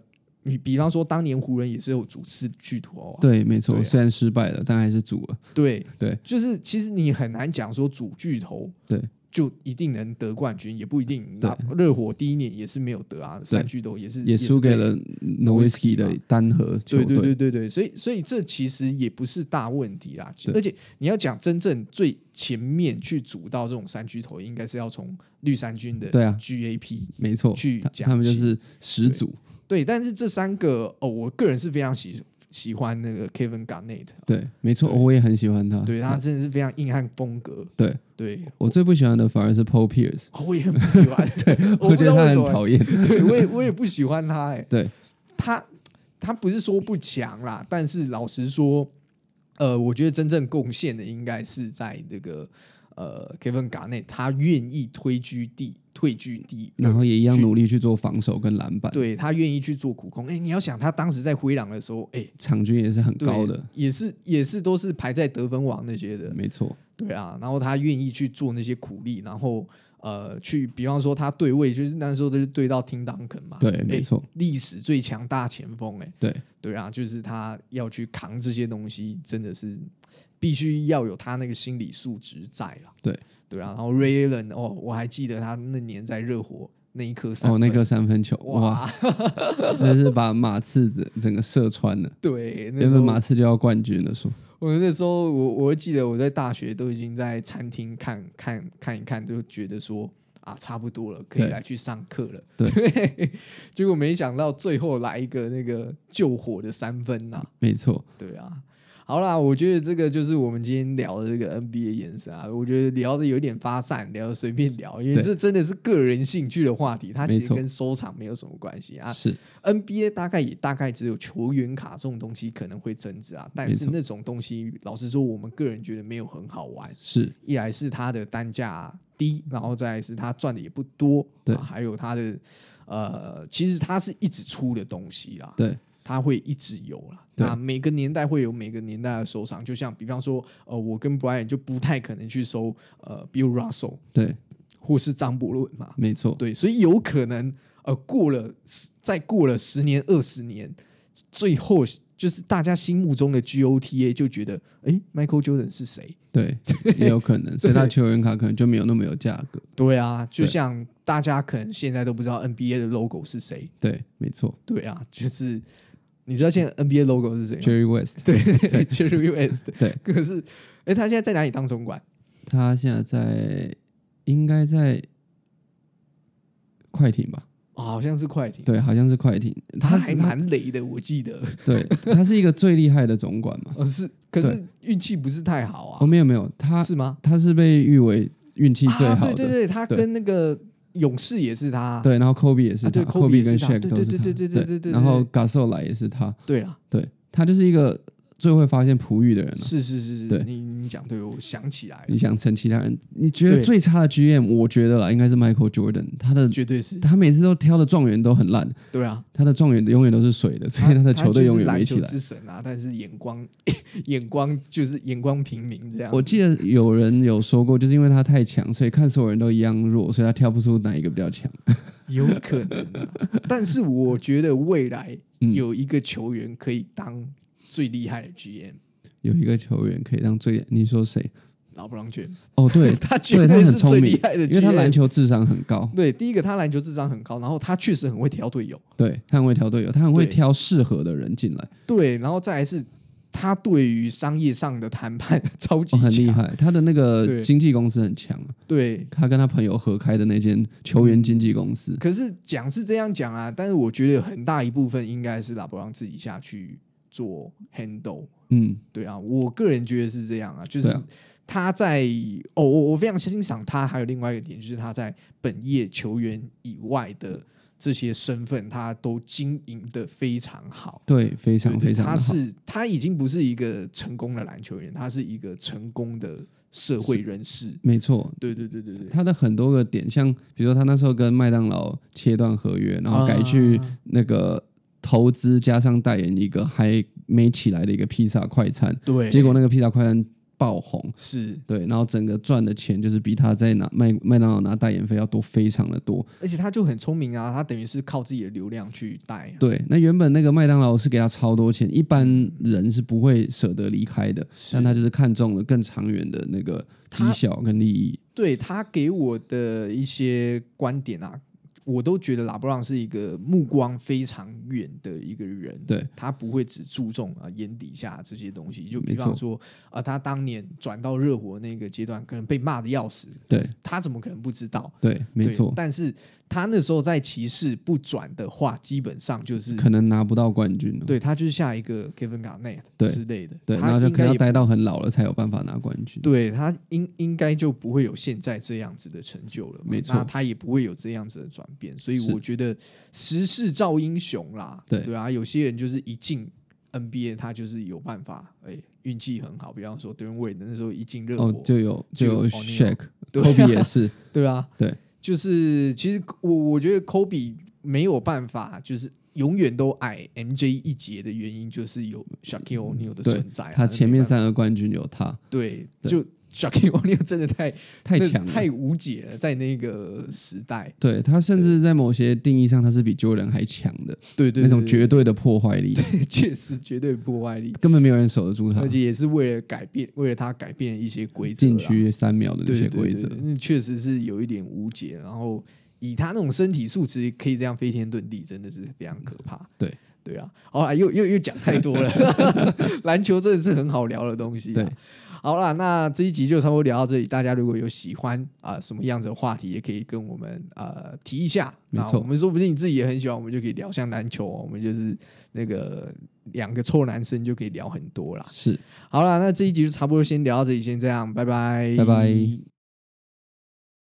Speaker 1: 你比方说，当年湖人也是有主次巨头啊，
Speaker 2: 对，没错。
Speaker 1: 对啊
Speaker 2: 虽然失败了，但还是组了。
Speaker 1: 对
Speaker 2: 对
Speaker 1: 就是其实你很难讲说主巨头
Speaker 2: 对
Speaker 1: 就一定能得冠军，也不一定。
Speaker 2: 对
Speaker 1: 那热火第一年也是没有得啊，三巨头也是
Speaker 2: 也输给
Speaker 1: 被
Speaker 2: 了 Nowitzki 的单核球
Speaker 1: 对对
Speaker 2: 队。
Speaker 1: 对对对，所以所以这其实也不是大问题啦
Speaker 2: 对。
Speaker 1: 而且你要讲真正最前面去组到这种三巨头，应该是要从绿衫军的
Speaker 2: 对啊
Speaker 1: GAP
Speaker 2: 没错，
Speaker 1: 去
Speaker 2: 他
Speaker 1: 讲
Speaker 2: 他们就
Speaker 1: 起
Speaker 2: 是始祖，
Speaker 1: 对，但是这三个哦，我个人是非常喜喜欢那个 Kevin Garnett，
Speaker 2: 对，没错，
Speaker 1: 对
Speaker 2: 我也很喜欢他。
Speaker 1: 对他真的是非常硬汉风格，
Speaker 2: 对 [LAUGHS]
Speaker 1: 对
Speaker 2: 我最不喜欢的反而是 Paul Pierce，
Speaker 1: 哦我也很不喜欢，对我不
Speaker 2: 我觉
Speaker 1: 知
Speaker 2: 得
Speaker 1: 道
Speaker 2: 他
Speaker 1: 为
Speaker 2: 很
Speaker 1: 什么，
Speaker 2: 讨厌。
Speaker 1: 对我也我也不喜欢他、哎，
Speaker 2: 对
Speaker 1: 他他不是说不强啦，但是老实说，呃，我觉得真正贡献的应该是在这个呃 Kevin Garnett，他愿意推居第退居第二，
Speaker 2: 然后也一样
Speaker 1: 去
Speaker 2: 努力去做防守跟篮板，，
Speaker 1: 对他愿意去做苦工。哎、你要想他当时在灰狼的时候，哎、
Speaker 2: 场均也是很
Speaker 1: 对
Speaker 2: 高的，
Speaker 1: 也是也是都是排在得分王那些的，
Speaker 2: 没错，
Speaker 1: 对啊，然后他愿意去做那些苦力，然后呃，去比方说他对位，就是那时候都是对到听当肯嘛，
Speaker 2: 对，
Speaker 1: 哎
Speaker 2: 没，错，
Speaker 1: 历史最强大前锋、哎，
Speaker 2: 对
Speaker 1: 对啊，就是他要去扛这些东西，真的是必须要有他那个心理素质在啦，
Speaker 2: 对
Speaker 1: 对啊，然后 Ray Allen 哦，我还记得他那年在热火那一颗三
Speaker 2: 哦，那
Speaker 1: 分
Speaker 2: 颗三分球，哇，
Speaker 1: 哇，
Speaker 2: 真是把马刺整整个射穿了，
Speaker 1: 对，那
Speaker 2: 原
Speaker 1: 时
Speaker 2: 本
Speaker 1: 候
Speaker 2: 马刺就要冠军了，说
Speaker 1: 我那时候我我会记得我在大学都已经在餐厅看看看一看，就觉得说啊差不多了，可以
Speaker 2: 对
Speaker 1: 来去上课了。
Speaker 2: 对
Speaker 1: [LAUGHS] 结果没想到最后来一个那个救火的三分呐、
Speaker 2: 没错，
Speaker 1: 对啊。好啦，我觉得这个就是我们今天聊的这个 NBA 延伸啊，我觉得聊的有点发散，聊得随便聊，因为
Speaker 2: 对
Speaker 1: 这真的是个人兴趣的话题，它其
Speaker 2: 没
Speaker 1: 实
Speaker 2: 错
Speaker 1: 跟收藏没有什么关系啊。
Speaker 2: 是
Speaker 1: NBA 大概也大概只有球员卡这种东西可能会增值啊，但是那种东西，老实说，我们个人觉得没有很好玩。
Speaker 2: 是，
Speaker 1: 一来是它的单价低，然后再来是它赚的也不多，
Speaker 2: 对
Speaker 1: 啊还有它的呃，其实它是一直出的东西啊啦，
Speaker 2: 对
Speaker 1: 它会一直有啦。
Speaker 2: 对
Speaker 1: 那每个年代会有每个年代的收藏，就像比方说，呃，我跟 Brian 就不太可能去收呃 Bill Russell
Speaker 2: 对，
Speaker 1: 或是张伯伦嘛，
Speaker 2: 没错，
Speaker 1: 对，所以有可能呃，过了十再过了十年二十年，最后就是大家心目中的 GOTA 就觉得，哎，Michael Jordan 是谁？
Speaker 2: 对，也有
Speaker 1: [LAUGHS]
Speaker 2: 可能，所以他球员卡可能就没有那么有价格，
Speaker 1: 对啊，就
Speaker 2: 对
Speaker 1: 像大家可能现在都不知道 NBA 的 logo 是谁。
Speaker 2: 对，没错
Speaker 1: 对啊，就是你知道现在 NBA logo 是谁吗？
Speaker 2: ，Jerry West，
Speaker 1: 对 [LAUGHS] ，Jerry West。
Speaker 2: 对，
Speaker 1: 可是，哎，他现在在哪里当总管？
Speaker 2: 他现在在应该在快艇吧。
Speaker 1: 哦好像是快艇。
Speaker 2: 对，好像是快艇，
Speaker 1: 他
Speaker 2: 是
Speaker 1: 还蛮雷的，我记得。
Speaker 2: 对，他是一个最厉害的总管嘛。
Speaker 1: 呃，是，可是运气不是太好
Speaker 2: 哦，
Speaker 1: 啊，
Speaker 2: 没有没有，他
Speaker 1: 是吗？
Speaker 2: 他是被誉为运气最
Speaker 1: 啊。
Speaker 2: 好的，
Speaker 1: 对对对，他
Speaker 2: 对
Speaker 1: 跟那个勇士也是他。
Speaker 2: 对然后 Kobe 也是
Speaker 1: 啊
Speaker 2: 他、
Speaker 1: 对，Kobe 也
Speaker 2: 跟
Speaker 1: 是他
Speaker 2: Shaq
Speaker 1: 对
Speaker 2: 都是
Speaker 1: 对
Speaker 2: 他，
Speaker 1: 对对对对对对
Speaker 2: 然后 Gasol 来也是他，
Speaker 1: 对啦，
Speaker 2: 对他就是一个最会发现璞玉的人、啊。
Speaker 1: 是是是是，
Speaker 2: 对
Speaker 1: 你你讲对，我想起来了，
Speaker 2: 你想成其他人，你觉得
Speaker 1: 对
Speaker 2: 最差的 GM，我觉得啦，应该是 Michael Jordan，
Speaker 1: [LAUGHS]
Speaker 2: 他的
Speaker 1: 绝对是
Speaker 2: 他每次都挑的状元都很烂，
Speaker 1: 对啊。
Speaker 2: 他的状元永远都是水的，所以他的球
Speaker 1: 就
Speaker 2: 队
Speaker 1: 是
Speaker 2: 永远没
Speaker 1: 篮
Speaker 2: 起
Speaker 1: 球
Speaker 2: 来。
Speaker 1: 之神啊，但是眼光 [LAUGHS] 眼光就是眼光平民这样。
Speaker 2: 我记得有人有说过，就是因为他太强，所以看所有人都一样弱，所以他挑不出哪一个比较强。
Speaker 1: 有可能啊、但是我觉得未来
Speaker 2: 嗯
Speaker 1: 有一个球员可以当最厉害的 GM，
Speaker 2: 有一个球员可以让最，你说谁？
Speaker 1: 老布朗 James，
Speaker 2: 哦，对
Speaker 1: 他绝
Speaker 2: 对
Speaker 1: [LAUGHS]
Speaker 2: 他
Speaker 1: 对
Speaker 2: 很
Speaker 1: 是
Speaker 2: 聪
Speaker 1: 最
Speaker 2: 明
Speaker 1: 厉害的 GM，
Speaker 2: 因为他篮球智商很高，
Speaker 1: 对第一个他篮球智商很高，然后他确实很会挑队友，
Speaker 2: 对他很会挑队友，他很会
Speaker 1: 对
Speaker 2: 挑适合的人进来，
Speaker 1: 对，然后再来是他对于商业上的谈判超级
Speaker 2: 哦、很厉
Speaker 1: 强，
Speaker 2: 害。他的那个
Speaker 1: 对
Speaker 2: 经纪公司很强啊，
Speaker 1: 对，
Speaker 2: 他跟他朋友合开的那间球员经纪公司，
Speaker 1: 可是讲是这样讲啊，但是我觉得很大一部分应该是拉布朗自己下去做 handle。
Speaker 2: 嗯，
Speaker 1: 对啊，我个人觉得是这样啊，就
Speaker 2: 对
Speaker 1: 是
Speaker 2: 啊
Speaker 1: 他在、哦，我我非常欣赏他。还有另外一个点就是他在本业球员以外的这些身份，他都经营的非常好。
Speaker 2: 对，非
Speaker 1: 对
Speaker 2: 常
Speaker 1: 对
Speaker 2: 非常
Speaker 1: 他
Speaker 2: 的好，
Speaker 1: 是他已经不是一个成功的篮球员，他是一个成功的社会人士。
Speaker 2: 没错。
Speaker 1: 对对对对对，
Speaker 2: 他的很多个点，像比如说他那时候跟麦当劳切断合约，然后改去
Speaker 1: 啊
Speaker 2: 那个投资加上代言一个还没起来的一个披萨快餐，
Speaker 1: 对，
Speaker 2: 结果那个披萨快餐爆红，
Speaker 1: 是，
Speaker 2: 对，然后整个赚的钱就是比他在拿麦麦当劳拿代言费要多，非常的多。
Speaker 1: 而且他就很聪明啊，他等于是靠自己的流量去带、啊，
Speaker 2: 对，那原本那个麦当劳是给他超多钱，一般人是不会舍得离开的，但他就是看中了更长远的那个绩
Speaker 1: 他
Speaker 2: 效跟利益。
Speaker 1: 对他给我的一些观点啊，我都觉得拉布朗是一个目光非常远的一个人，
Speaker 2: 对，
Speaker 1: 他不会只注重啊眼底下这些东西。就比
Speaker 2: 没
Speaker 1: 方
Speaker 2: 错
Speaker 1: 说啊、他当年转到热火那个阶段，可能被骂的要死，
Speaker 2: 对，
Speaker 1: 他怎么可能不知道？
Speaker 2: 对，没
Speaker 1: 对
Speaker 2: 错，
Speaker 1: 但是他那时候在骑士不转的话，基本上就是
Speaker 2: 可能拿不到冠军、哦。
Speaker 1: 对他就是下一个 Kevin Garnett
Speaker 2: 对
Speaker 1: 之类的，
Speaker 2: 对，然
Speaker 1: 他
Speaker 2: 后就
Speaker 1: 应
Speaker 2: 可
Speaker 1: 该
Speaker 2: 能要
Speaker 1: 也
Speaker 2: 待到很老了才有办法拿冠军。
Speaker 1: 对他应应该就不会有现在这样子的成就了嘛，
Speaker 2: 没错
Speaker 1: 那他也不会有这样子的转变，所以
Speaker 2: 是
Speaker 1: 我觉得时势造英雄啦，
Speaker 2: 对
Speaker 1: 啊，有些人就是一进 NBA 他就是有办法，哎、运气很好，比方说 d w a y n Wade 那时候一进热火，
Speaker 2: 哦，就有
Speaker 1: 就
Speaker 2: 就
Speaker 1: 有
Speaker 2: 有
Speaker 1: O'Neal
Speaker 2: Shaq、
Speaker 1: 对
Speaker 2: Kobe
Speaker 1: [LAUGHS]
Speaker 2: 也是，
Speaker 1: 对啊，
Speaker 2: 对，
Speaker 1: 就是其实我我觉得 Kobe 没有办法就是。永远都矮 MJ 一截的原因，就是有 Shaquille O'Neal 的
Speaker 2: 对
Speaker 1: 存在啊。
Speaker 2: 他前
Speaker 1: 那没
Speaker 2: 面
Speaker 1: 办法
Speaker 2: 三个冠军有他，
Speaker 1: 对，
Speaker 2: 对
Speaker 1: 就 Shaquille O'Neal 真的太
Speaker 2: 太
Speaker 1: 那是
Speaker 2: 强了。
Speaker 1: 太无解了，在那个时代，
Speaker 2: 对他甚至在某些定义上，他是比 Jordan 还强的
Speaker 1: 对对
Speaker 2: 那种绝对的破坏力，
Speaker 1: [LAUGHS] 确实绝对破坏力，
Speaker 2: 根本没有人守得住他
Speaker 1: [LAUGHS] 而。且也是为了改变，为了他改变一些规则啦，
Speaker 2: 啊
Speaker 1: 啊
Speaker 2: 禁区三秒的那
Speaker 1: 对
Speaker 2: 些
Speaker 1: 对
Speaker 2: 规
Speaker 1: 对
Speaker 2: 则，
Speaker 1: 对那确实是有一点无解。然后以他那种身体素质，可以这样飞天遁地，真的是非常可怕。
Speaker 2: 对
Speaker 1: 对啊，好啦，又又又讲太多了，
Speaker 2: [LAUGHS]
Speaker 1: [LAUGHS] 篮球真的是很好聊的东西、啊。
Speaker 2: 对，
Speaker 1: 好啦，那这一集就差不多聊到这里。大家如果有喜欢啊、什么样子的话题，也可以跟我们呃提一下。
Speaker 2: 没
Speaker 1: 那
Speaker 2: 错
Speaker 1: 我们说不定你自己也很喜欢，我们就可以聊像篮球、哦，我们就是那个两个臭男生就可以聊很多啦。
Speaker 2: 是，
Speaker 1: 好啦，那这一集就差不多先聊到这里，先这样，拜拜，
Speaker 2: 拜拜。